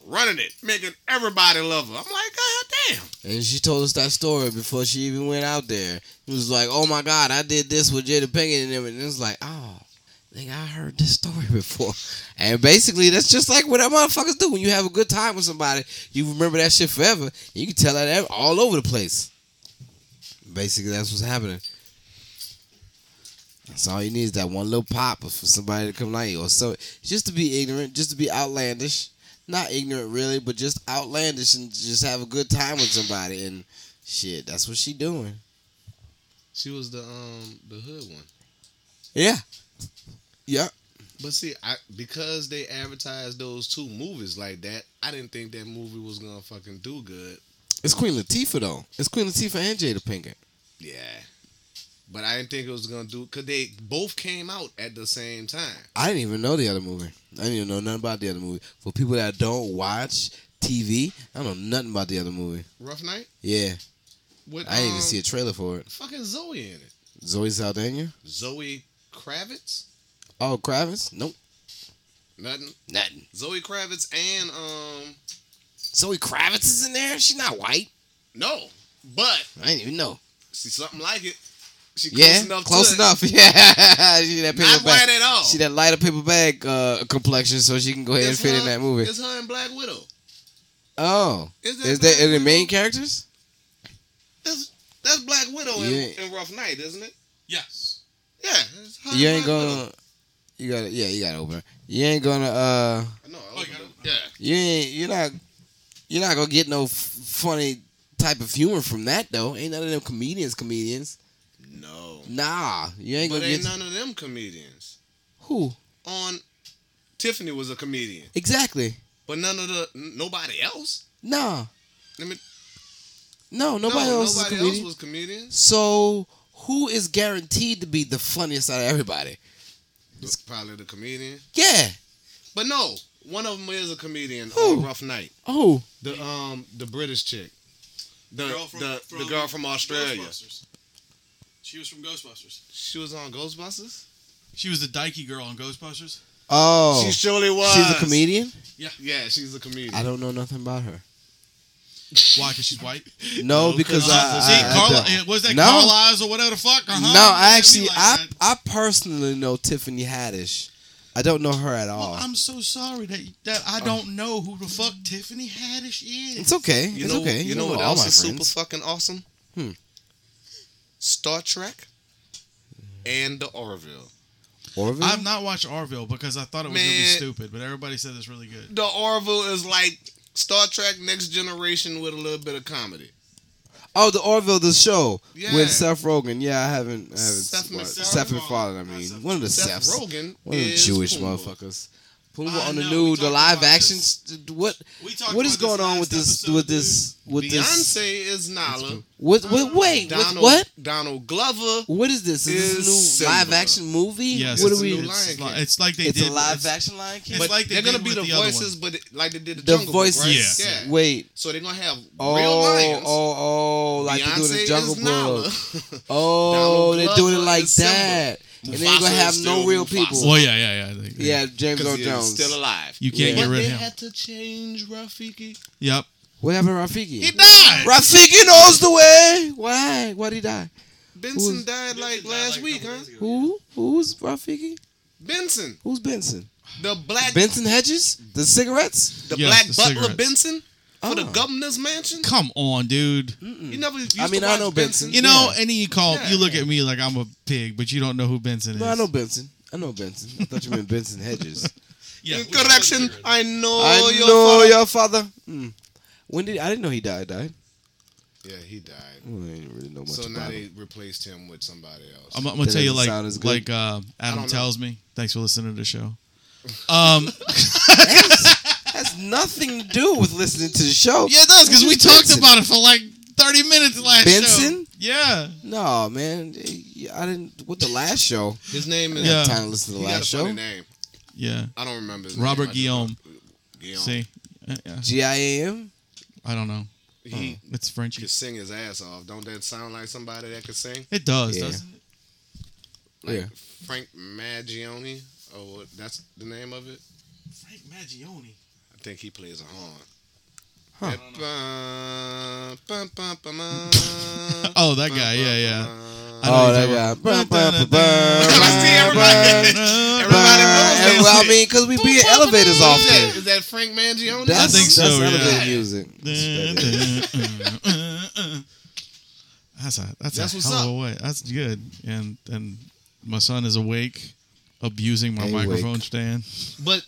running it, making everybody love her. I'm like, God damn. And she told us that story before she even went out there. It was like, "Oh my God, I did this with Jada Pinkett," and everything. And it was like, "Oh, nigga, I heard this story [laughs] before." And basically, that's just like what that motherfuckers do when you have a good time with somebody. You remember that shit forever. You can tell that ev- all over the place. Basically, that's what's happening. That's all you need is that one little pop for somebody to come like you, or so just to be ignorant, just to be outlandish not ignorant really, but just outlandish and just have a good time with somebody and shit. That's what she doing. She was the um the hood one. Yeah. Yeah. But see, I because they advertised those two movies like that, I didn't think that movie was gonna fucking do good. It's Queen Latifah though. It's Queen Latifah and Jada Pinkett. Yeah. But I didn't think it was gonna do cause they both came out at the same time. I didn't even know the other movie. I didn't even know nothing about the other movie. For people that don't watch TV, I don't know nothing about the other movie. Rough Night? Yeah. With, I didn't even um, see a trailer for it. Fucking Zoe in it. Zoe Saldana? Zoe Kravitz? Oh, Kravitz? Nope. Nothing. Nothing. Zoe Kravitz and um Zoe Kravitz is in there? She's not white. no, but I didn't even know. see something like it. She close Yeah, enough. close to it. enough. [laughs] Yeah, she that paper Not bag. white at all. She that lighter paper bag uh, complexion, so she can go ahead Oh. It's and fit her- in that movie. It's her and Black Widow. Oh, Is that is that are Black the main Widow? characters? That's, that's Black Widow in, Yeah. in Rough Night, isn't it? Yes. Yeah. it's her You and ain't Black gonna. You gotta. Yeah, you gotta open. Her. You ain't gonna. Uh, Widow. No. I Oh, you wasn't- got yeah. you ain't. You're not. You're not gonna get no f- funny type of humor from that though. Ain't none of them comedians. Comedians. No. Nah, you ain't But gonna ain't get none of them comedians. who On Tiffany was a comedian, exactly. but none of the n- nobody else. Nah, Let me. no, nobody no, else is a nobody comedian. else was comedians. So who is guaranteed to be the funniest out of everybody? It's probably the comedian. Yeah. But no, one of them is a comedian Who? on Rough Night. Oh, The um the British chick. The Girl from- the, from the girl from Australia. Ghostbusters. She was from Ghostbusters. She was on Ghostbusters? She was the dykey girl on Ghostbusters. oh, She surely was. she's a comedian. Yeah, she's a comedian. I don't know nothing about her. Why? Because she's white. No, Oh, because Uh, I, see, I, I Carl, don't. eh, was that No. Carl Eyes or whatever the fuck? Uh-huh. No, I It'd actually, be like I, that. I personally know Tiffany Haddish. I don't know her at all. Well, I'm so sorry that that I Uh-huh. don't know who the fuck Tiffany Haddish is. it's okay. You it's know, okay. You know I'm what all else my is super friends. fucking awesome? Hmm. Star Trek and the Orville. Orville? I've not watched Arville because I thought it was gonna be Man. stupid, but everybody said it's really good. The Orville is like Star Trek Next Generation with a little bit of comedy. oh, the Orville, the show Yeah. with Seth Rogen. Yeah, I haven't, I haven't. watched- Seth MacFarlane. Seth MacFarlane. I mean, Seth- one of the Seth Seths. Rogen One of the is Jewish Pumbaa. motherfuckers. Pumbaa I on the know, we new, the talked live about action. this. st- What? We talked What is about going on last with this? episode, With dude. this? With this? Beyonce is Nala. What? What? Wait. What? Donald, What? Donald Glover. What is this? Is this is a new Simba. live action movie? Yes, What it's, are a we? new it's Lion King. li- it's like they It's did. a live it's, action Lion King. It's like they They're gonna did be with the, the other one. voices, but it- like they did the, The Jungle voices. Book, right? Yeah. Wait. So they're gonna have Oh, real lions. oh, oh, like Beyonce they do in the Jungle is Nala. Book. [laughs] Oh, Donald they're doing it Glover like is Simba. that, and they ain't Mufasa gonna is have no still real Mufasa. people. Well, yeah, yeah, yeah. I think- Yeah, James Earl because Jones. he's still alive. You can't Yeah. get But rid they of him. had to change Rafiki. Yep. What happened, to Rafiki? He died. Rafiki knows the way. Why? Why would he die? Benson Who's- died like last week, huh? Who? Who's Rafiki? Benson, Who's Benson? the black, Benson Hedges? The cigarettes? the Yes, black the butler cigarettes. Benson for the Oh. governor's mansion. Come on, dude. You never. Used I mean, to I watch know Benson. You know, Mm-hmm. Yeah. and then you call, Yeah. you look at me like I'm a pig, but you don't know who Benson is. No, I know Benson. I know Benson. I thought you meant Benson Hedges. Yeah, which Correction. one's yours? I know I Oh, your know father. your father. Hmm. When did I didn't know he died? Died? Yeah, he died. Well, I didn't really know much So now about him. they replaced him with somebody else. I'm, I'm gonna That tell you doesn't like sound as good. like uh, Adam know. tells me. Thanks for listening to the show. [laughs] Um, That's- has nothing to do with listening to the show. yeah, it does because we Who's talked Benson? about it for like 30 minutes last show. Benson? Yeah, No, man, I didn't. What the last show? His name is. I Yeah. had time to listen to He the got a last show. funny name. yeah. I don't remember. His Robert name. I Guillaume. just- Guillaume. See, Uh, yeah. G I A M. I don't know. Hmm. Oh, he It's French. could sing his ass off. Don't that sound like somebody that could sing? It does, Yeah. doesn't it? Like Yeah. Frank Maggioni. Oh, what- that's the name of it. Frank Maggioni. I think he plays a horn. Huh. [laughs] Oh, that guy. Yeah, yeah. I know Oh, what that you're guy. talking Bum, bum, bum, bum, everybody- about. Everybody bum. knows that Well, I shit. mean, because we be in elevators Is that- often. is that Frank Mangione? That's, think so, That's yeah. elevator music. [laughs] That's a that's, That's a what's hell of a way. That's good. And and my son is awake, abusing my Hey, microphone wake. stand. But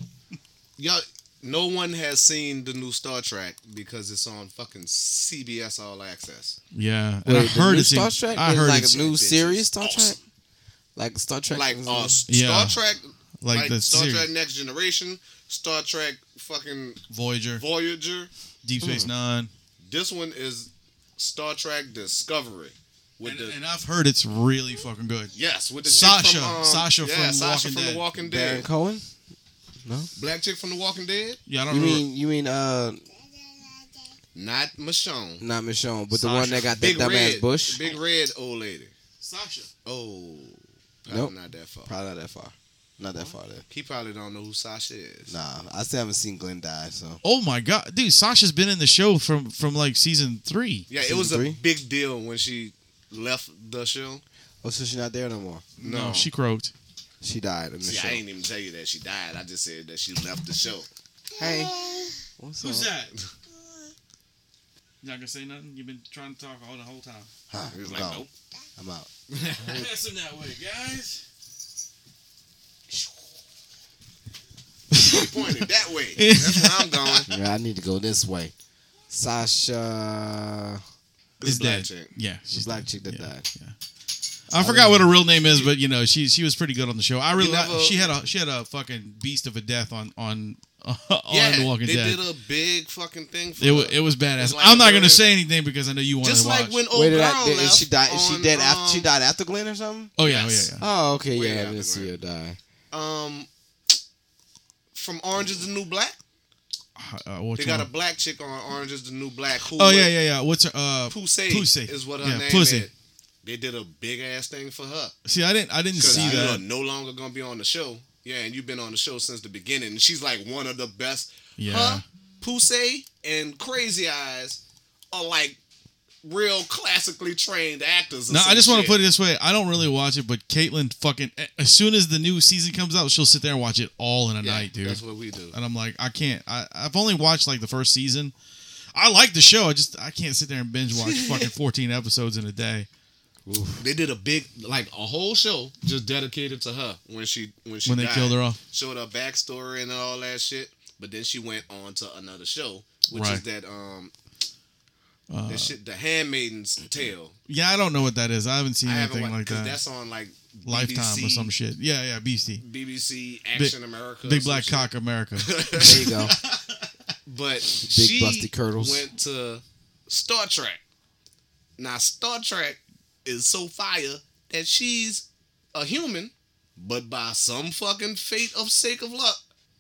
y'all, no one has seen the new Star Trek because it's on fucking CBS All Access. Yeah, and Wait, I the heard new it's in- Star Trek. I There's heard like it's a new Bitches. series Star Trek. Awesome. Like Star Trek. Like uh, S- Yeah. Star Trek, like, like, the Star series. Trek Next Generation, Star Trek fucking Voyager, Voyager. Deep Space Hmm. Nine, This one is Star Trek Discovery with and, the and I've heard it's really fucking good. yes with the Sasha. chick from, um, Sasha yeah, from Sasha Walking from Dead. the Walking Baron Dead, Cohen. black chick from the Walking Dead, Yeah, I don't You remember. mean you mean uh not Michonne, not Michonne, but the Sasha. one that got that big dumbass red bush? big red old lady. Sasha. Oh, probably Nope. not that far. Probably not that far. Not that far there. He probably don't know who Sasha is. Nah, I still haven't seen Glenn die. So Oh my god, dude! Sasha's been in the show from from like season three. Yeah, it Season was three? a big deal when she left the show. oh, so she's not there no more. No, she croaked. She died in the See, show. I ain't even tell you that she died. I just said that she left the show. Hey, what's up? that? [laughs] Not gonna say nothing. You've been trying to talk all the whole [laughs] time. Huh, He was like, no, nope. I'm out. Pass him that way, guys. He pointed that way. That's where I'm going. Yeah, I need to go this way. Sasha, This Is black dead. chick. Yeah, the she's black chick that Yeah. died. I forgot what her real name is, but you know she she was pretty good on the show. I really You never- she had a she had a fucking beast of a death on on [laughs] on Yeah, The Walking they Dead. did a big fucking thing for It, wa her. it was badass. It's like I'm not very- gonna say anything because I know you want Just to watch. like when old Wait, did Oh, girl I, did, left. is she died? Is she on, dead after she um, died after Glenn or something? oh yeah, Yes. oh yeah, yeah. Oh, okay, Way yeah, I after didn't see Glenn. her die. Um, from Orange Is the New Black. Uh, which They got a one? black chick on Orange Is the New Black. Who oh was- yeah, yeah, yeah. What's her? Uh, Pussy, Pussy. is what her Yeah, name Pussy. is. They did a big ass thing for her. see, I didn't I didn't Because see you are that. no longer gonna be on the show. Yeah, and you've been on the show since the beginning. And she's like one of the best. Yeah. Her, Pussy, and Crazy Eyes are like real classically trained actors. or No, some I just want shit. to put it this way. I don't really watch it, but Caitlin fucking as soon as the new season comes out, she'll sit there and watch it all in a Yeah, night, dude. That's what we do. and I'm like, I can't. I, I've only watched like the first season. I like the show. I just I can't sit there and binge [laughs] watch fucking 14 episodes in a day. They did a big, like a whole show just dedicated to her when she when she When they died. killed her off. Showed her backstory and all that shit. But then she went on to another show, which Right. Uh, is that um, that shit, the Handmaiden's Tale. Yeah, I don't know what that is. I haven't seen I haven't anything watched like because that. that's on like Lifetime or BBC some shit. Yeah, yeah, BC. BBC Action America, or Big some Black shit. Cock America. [laughs] There you go. But she busty curdles. went to Star Trek. Now Star Trek is so fire that she's a human, but by some fucking fate of sake of luck,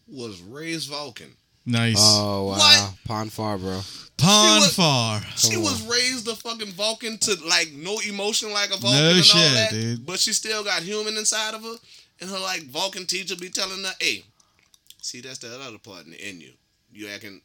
was raised Vulcan. Nice. Oh wow, What? Pon Far, bro. Pon was- Far. She Come on. was raised a fucking Vulcan to like no emotion like a Vulcan No and all shit, that. dude. But she still got human inside of her. And her like Vulcan teacher be telling her, hey, see that's that other part in, in you. You acting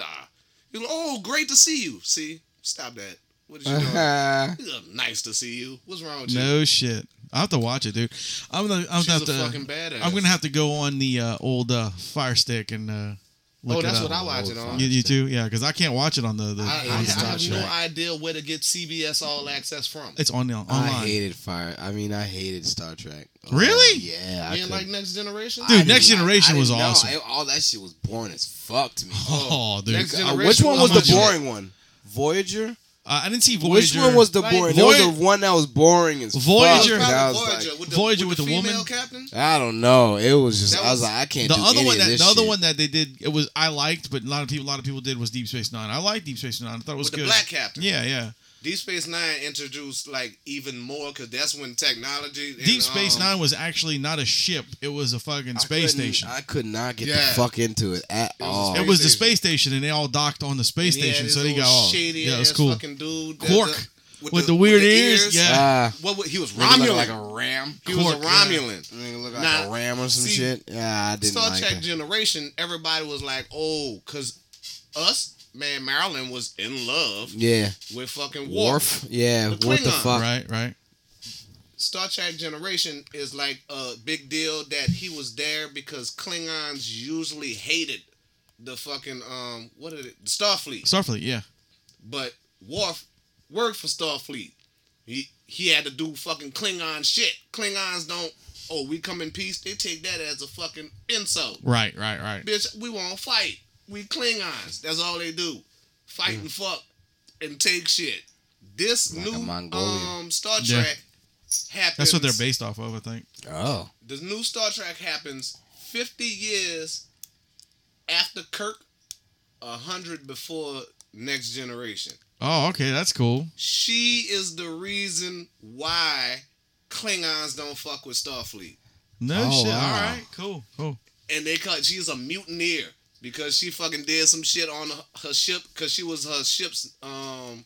ah. You like, oh great to see you. See? Stop that. [laughs] What is you doing? "Yeah, nice to see you. What's wrong with you? No shit. I have to watch it, dude. I'm gonna. I'm She's gonna have a to. fucking badass. I'm gonna have to go on the uh, old uh, Fire Stick and. Uh, look Oh, it that's up. what I watch it on. You, you too, yeah, because I can't watch it on the. the I, I, on I the Star have no Trek. idea where to get CBS All Access from. It's on uh, online. I hated Fire. I mean, I hated Star Trek. Oh, Really? Yeah. I You couldn't- ain't like Next Generation? Dude, I did Next not- Generation I was didn't know. awesome. It- all that shit was boring as fuck to me. Oh, dude. Next I, Generation. Which one was I'm the not boring one? Voyager? I didn't see Which Voyager. one was the Like, boring? There Voy- was the one that was boring as Voyager. Fuck. and I was Voyager, like, with the, Voyager with with the the woman? female captain? I don't know. It was just. That I was was- like, I can't. the do other any one of that this the other shit. one that they did it was I liked, but a lot of people a lot of people did was Deep Space Nine. I liked Deep Space Nine. I thought it was With the good. black captain. Yeah, yeah. Deep Space Nine introduced like even more because that's when technology. and, Deep Space um, Nine was actually not a ship. It was a fucking I space couldn't- station. I could not get Yeah. the fuck into it at was a all. space- it was the space station, and they all docked on the and space he had station, his so they little got off. Shady Yeah, it was ass cool. Fucking dude. that- Quark the- with the weird ears, yeah. Ah, What, what he was Nigga looked Romulan. like a ram. he was a Quark, yeah. Romulan. Nigga look like Nah, a ram or some see, shit. Yeah, I didn't Star like Trek that. Generation. Everybody was like, oh, because us man, Marilyn was in love Yeah, with fucking Worf. Worf. Yeah, The what the Klingon. fuck? Right, right. Star Trek Generation is like a big deal that he was there because Klingons usually hated the fucking um what is it Starfleet. Starfleet, yeah. But Worf worked for Starfleet. He he had to do fucking Klingon shit. Klingons don't. Oh, we come in peace. They take that as a fucking insult. Right, right, right. Bitch, we won't fight. We Klingons. That's all they do. Fight and fuck and take shit. This Like a new Mongolian. um Star Yeah. Trek happens. That's what they're based off of, I think. Oh, The new Star Trek happens 50 years after Kirk, 100 before Next Generation. Oh, okay, that's cool. She is the reason why Klingons don't fuck with Starfleet. No Oh, shit. wow. All right, cool, cool. And they call she's a mutineer because she fucking did some shit on her ship because she was her ship's um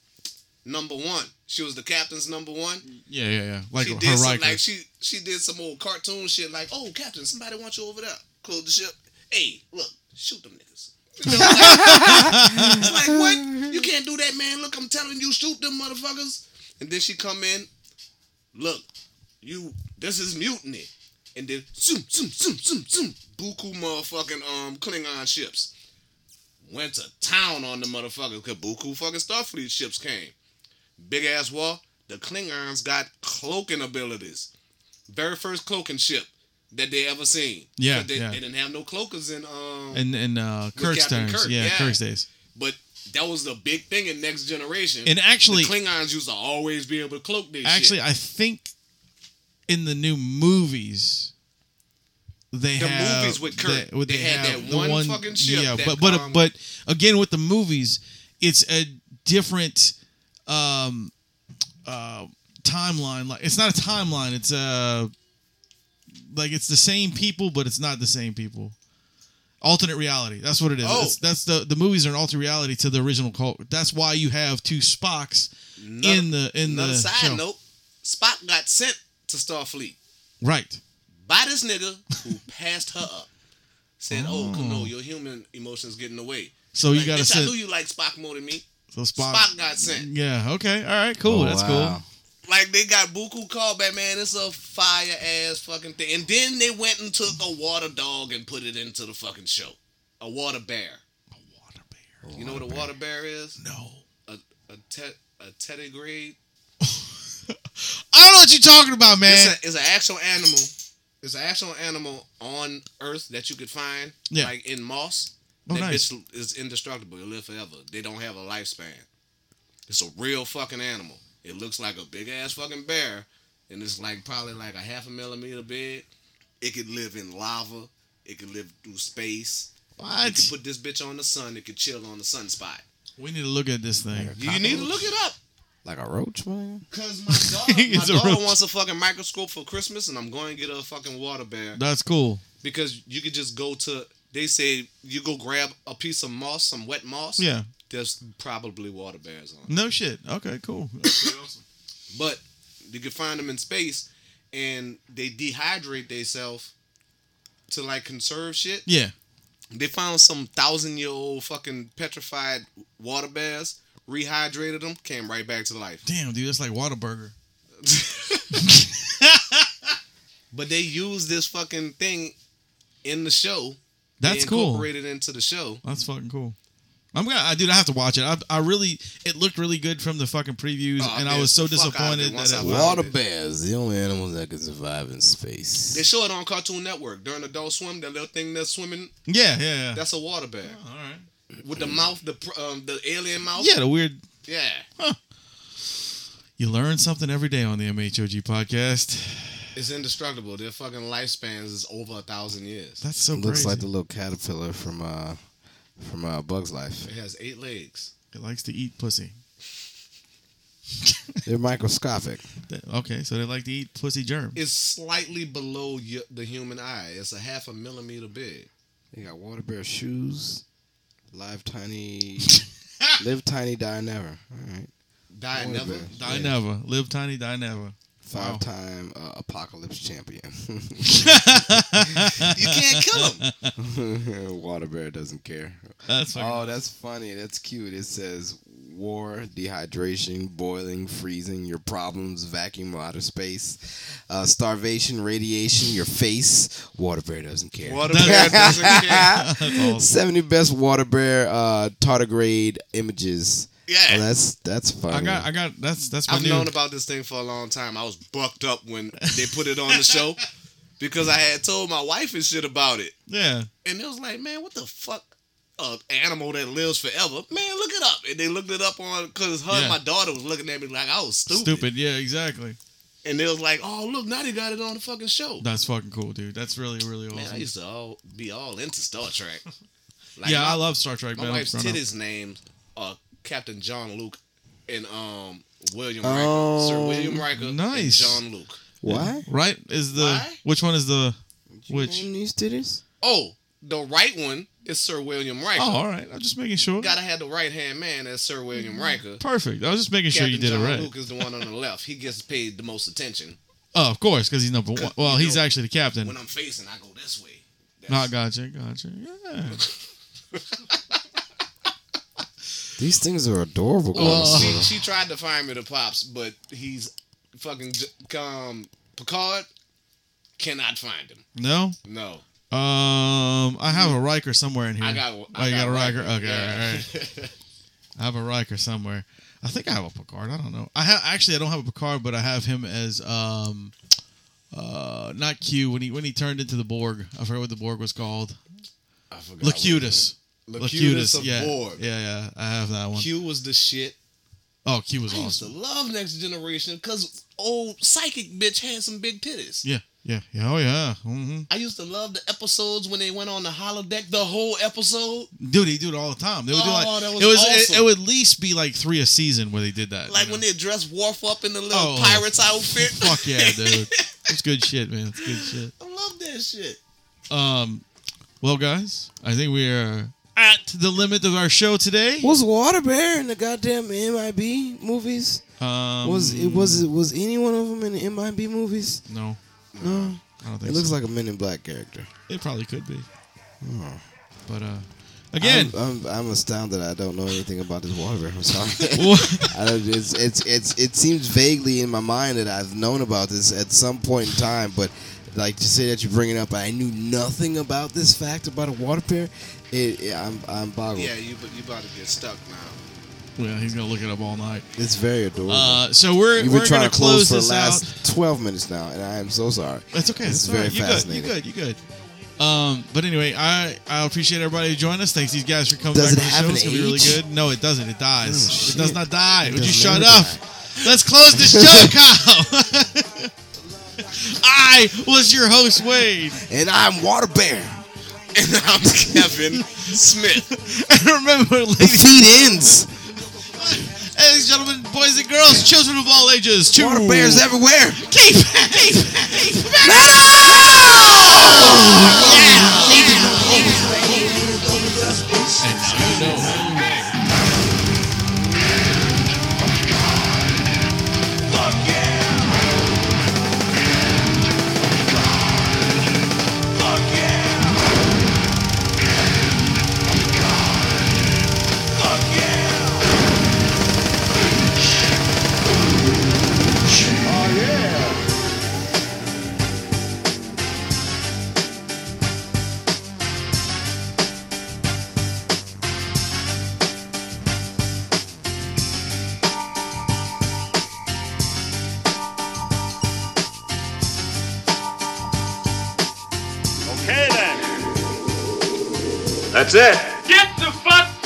number one. She was the captain's number one. Yeah, yeah, yeah. Like she her did some, Riker. like she she did some old cartoon shit like, oh captain, somebody wants you over there. Close the ship. Hey, look, shoot them niggas. You know, it's like [laughs] what? You can't do that, man. Look, I'm telling you, shoot them motherfuckers. And then she come in, look, you this is mutiny. And then zoom, zoom, zoom, zoom, zoom. Buku motherfucking um Klingon ships. Went to town on the motherfuckers because Buku fucking Starfleet ships came big ass wall. The Klingons got cloaking abilities. Very first cloaking ship that they ever seen. Yeah, 'Cause they, yeah. they didn't have no cloakers in. Um, and and uh, With Kirk's Captain times, Kirk, yeah, yeah. Kirk's days. but that was the big thing in Next Generation. And actually, the Klingons used to always be able to cloak their actually, shit. I think in the new movies. They The have movies with Kirk, well, they had have that the one fucking ship Yeah, that, but but um, but again with the movies, it's a different um, uh, timeline. Like it's not a timeline. It's uh like it's the same people, but it's not the same people. Alternate reality. That's what it is. Oh. It's- that's the the movies are an alternate reality to the original cult. That's why you have two Spocks Another- in the in Another the side show. note: Spock got sent to Starfleet Right. by this nigga who passed her up. Said, "Oh, no, your human emotions getting away." So you Like, gotta bitch, I send. knew you liked Spock more than me. So Spock. Spock got sent. Yeah. Okay. All right. Cool. Oh, That's wow. Like they got Buku called back, man. It's a fire ass fucking thing. And then they went and took a water dog and put it into the fucking show. A water bear. cool. Water bear. You know what a water bear is? No. A a te- a tetigrade. I don't know what you're talking about, man. It's, a, it's an actual animal. It's an actual animal on Earth that you could find, Yeah. like in moss. Oh, that nice. bitch is indestructible. It live forever. They don't have a lifespan. It's a real fucking animal. It looks like a big ass fucking bear, and it's like probably like a half a millimeter big. It could live in lava. It could live through space. You What? could put this bitch on the sun. It could chill on the sunspot. we need to look at this thing. You need to look it up. Like a roach, man. Cause my daughter, my It's a daughter roach. wants a fucking microscope for Christmas, and I'm going to get her a fucking water bear That's cool. because you could just go to. They say you go grab a piece of moss, some wet moss. Yeah. there's probably water bears on. it. No shit. Okay. Cool. [coughs] But you can find them in space, and they dehydrate themselves to like conserve shit. yeah. They found some thousand year old fucking petrified water bears, rehydrated them, came right back to life. Damn, dude. That's like Whataburger. But they use this fucking thing in the show. That's they cool. Incorporated into the show. That's fucking cool. I'm gonna, I, dude. I have to watch it. I, I really, it looked really good from the fucking previews, Oh, I and I bet was so the fuck out of it disappointed once that I it, watched Water bears, the only animals that can survive in space. They show it on Cartoon Network during Adult Swim. That little thing that's swimming, yeah, yeah, yeah. that's a water bear All right. with the mouth, the pr- um, the alien mouth. Yeah, the weird. yeah. You learn something every day on the MHOG podcast. It's indestructible. Their fucking lifespans is over a thousand years. That's so Looks crazy. like the little caterpillar from uh from uh, Bug's Life. It has eight legs. it likes to eat pussy. They're microscopic. That- Okay, so they like to eat pussy germs. It's slightly below y- the human eye. It's a half a millimeter big. They got water bear shoes. Live tiny, live tiny, die never. All right. Die Water never. bears. Die never. Live tiny, die never. Wow. Five-time uh, apocalypse champion. You can't kill [laughs] him. water bear doesn't care. That's fucking- Oh, that's funny. That's cute. It says war, dehydration, boiling, freezing, your problems, vacuum, outer space, uh, starvation, radiation, your face. Water bear doesn't care. Water bear [laughs] doesn't care. that's awesome. 70 best water bear uh, tardigrade images. Oh, Yeah. that's that's funny. I got, I got. That's that's my I've new. known about this thing for a long time. I was bucked up when they put it [laughs] on the show because I had told my wife and shit about it. yeah, And it was like, man, what the fuck? An animal that lives forever. Man, look it up. And they looked it up on because her Yeah. and my daughter was looking at me like I was stupid. Yeah, exactly. And they was like, "Oh, look, now they got it on the fucking show." That's fucking cool, dude. That's really, really awesome. Man, I used to all be all into Star [laughs] Trek. Like, yeah, my, I love Star Trek. my man. I'm wife's grown up. titties' names are Captain John Luke and um William Riker, Sir Oh, William Riker, Um, nice. and John Luke. Why? Right is the Why? which one is the You Which- name these titties? Oh, the right one is Sir William Riker. Oh, all right. I'm just making sure. Gotta have the right hand man as Sir William Riker. Perfect. I was just making Mm-hmm. sure Captain you did John it right. Luke is the one on the [laughs] left. He gets paid the most attention. Oh, of course, because he's number one. Well, you he's know, actually the captain. When I'm facing, I go this way. That's- Not gotcha, gotcha. Yeah. These things are adorable. Oh. she, Carlos. she tried to find me the pops, but he's fucking j- um Picard cannot find him. No. No, Um, I have a Riker somewhere in here. I got. Oh, I you got, a Riker. Okay, Yeah. all right. I have a Riker somewhere. I think I have a Picard. I don't know. I have actually. I don't have a Picard, but I have him as um, uh, not Q when he when he turned into the Borg. I forgot what the Borg was called. I forgot what it Locutus. was. Locutus. Locutus of Yeah. Borg. Yeah, yeah. I have that one. Q was the shit. Oh, Q was I used to awesome. love Next Generation because old psychic bitch had some big titties. Yeah, yeah, yeah. Oh yeah. hmm I used to love the episodes when they went on the holodeck. The whole episode, Dude, they do it all the time. They would do Oh, like that was it was. It, awesome. it would at least be like three a season where they did that. like you know? when they dressed Worf up in the little Oh. pirates outfit. Fuck [laughs] yeah, dude. It's good shit, man. It's good shit. I love that shit. Um, well, guys, I think we are at the limit of our show today. was water bear in the goddamn MIB movies? Um, Was it was it was any one of them in the MIB movies? no? No, I don't think it looks so. like a Men in Black character. it probably could be. But uh, Again, I'm, I'm, I'm astounded. I don't know anything about this water. I'm sorry. what- I don't, it's, it's, it's, it seems vaguely in my mind that I've known about this at some point in time, but like to say that you bring it up, I knew nothing about this fact about a water pier. It, it- I'm, I'm boggled. Yeah, you you about to get stuck now. yeah, he's gonna look it up all night. It's very adorable. Uh, so we're You've we're been trying gonna to close, close, for the this out. last 12 minutes now, and I am so sorry. That's okay. This That's is all right. very You good? You fascinating. good? You good? Um, but anyway, I I appreciate everybody who joined us. Thanks these guys for coming Does back it to the have show. an It's gonna be really age? good. No, it doesn't. It dies. Oh, it does shit. not die. Would does you shut never up? Let's close this show, [laughs] Kyle. I was your host, Wade. And I'm Water Bear. And [laughs] I'm Kevin Smith. And remember, The ladies, feed ends. ladies, gentlemen, boys and girls, children of all ages, to Water Bears everywhere. keep, keep, keep Okay then. That's it. Get the fuck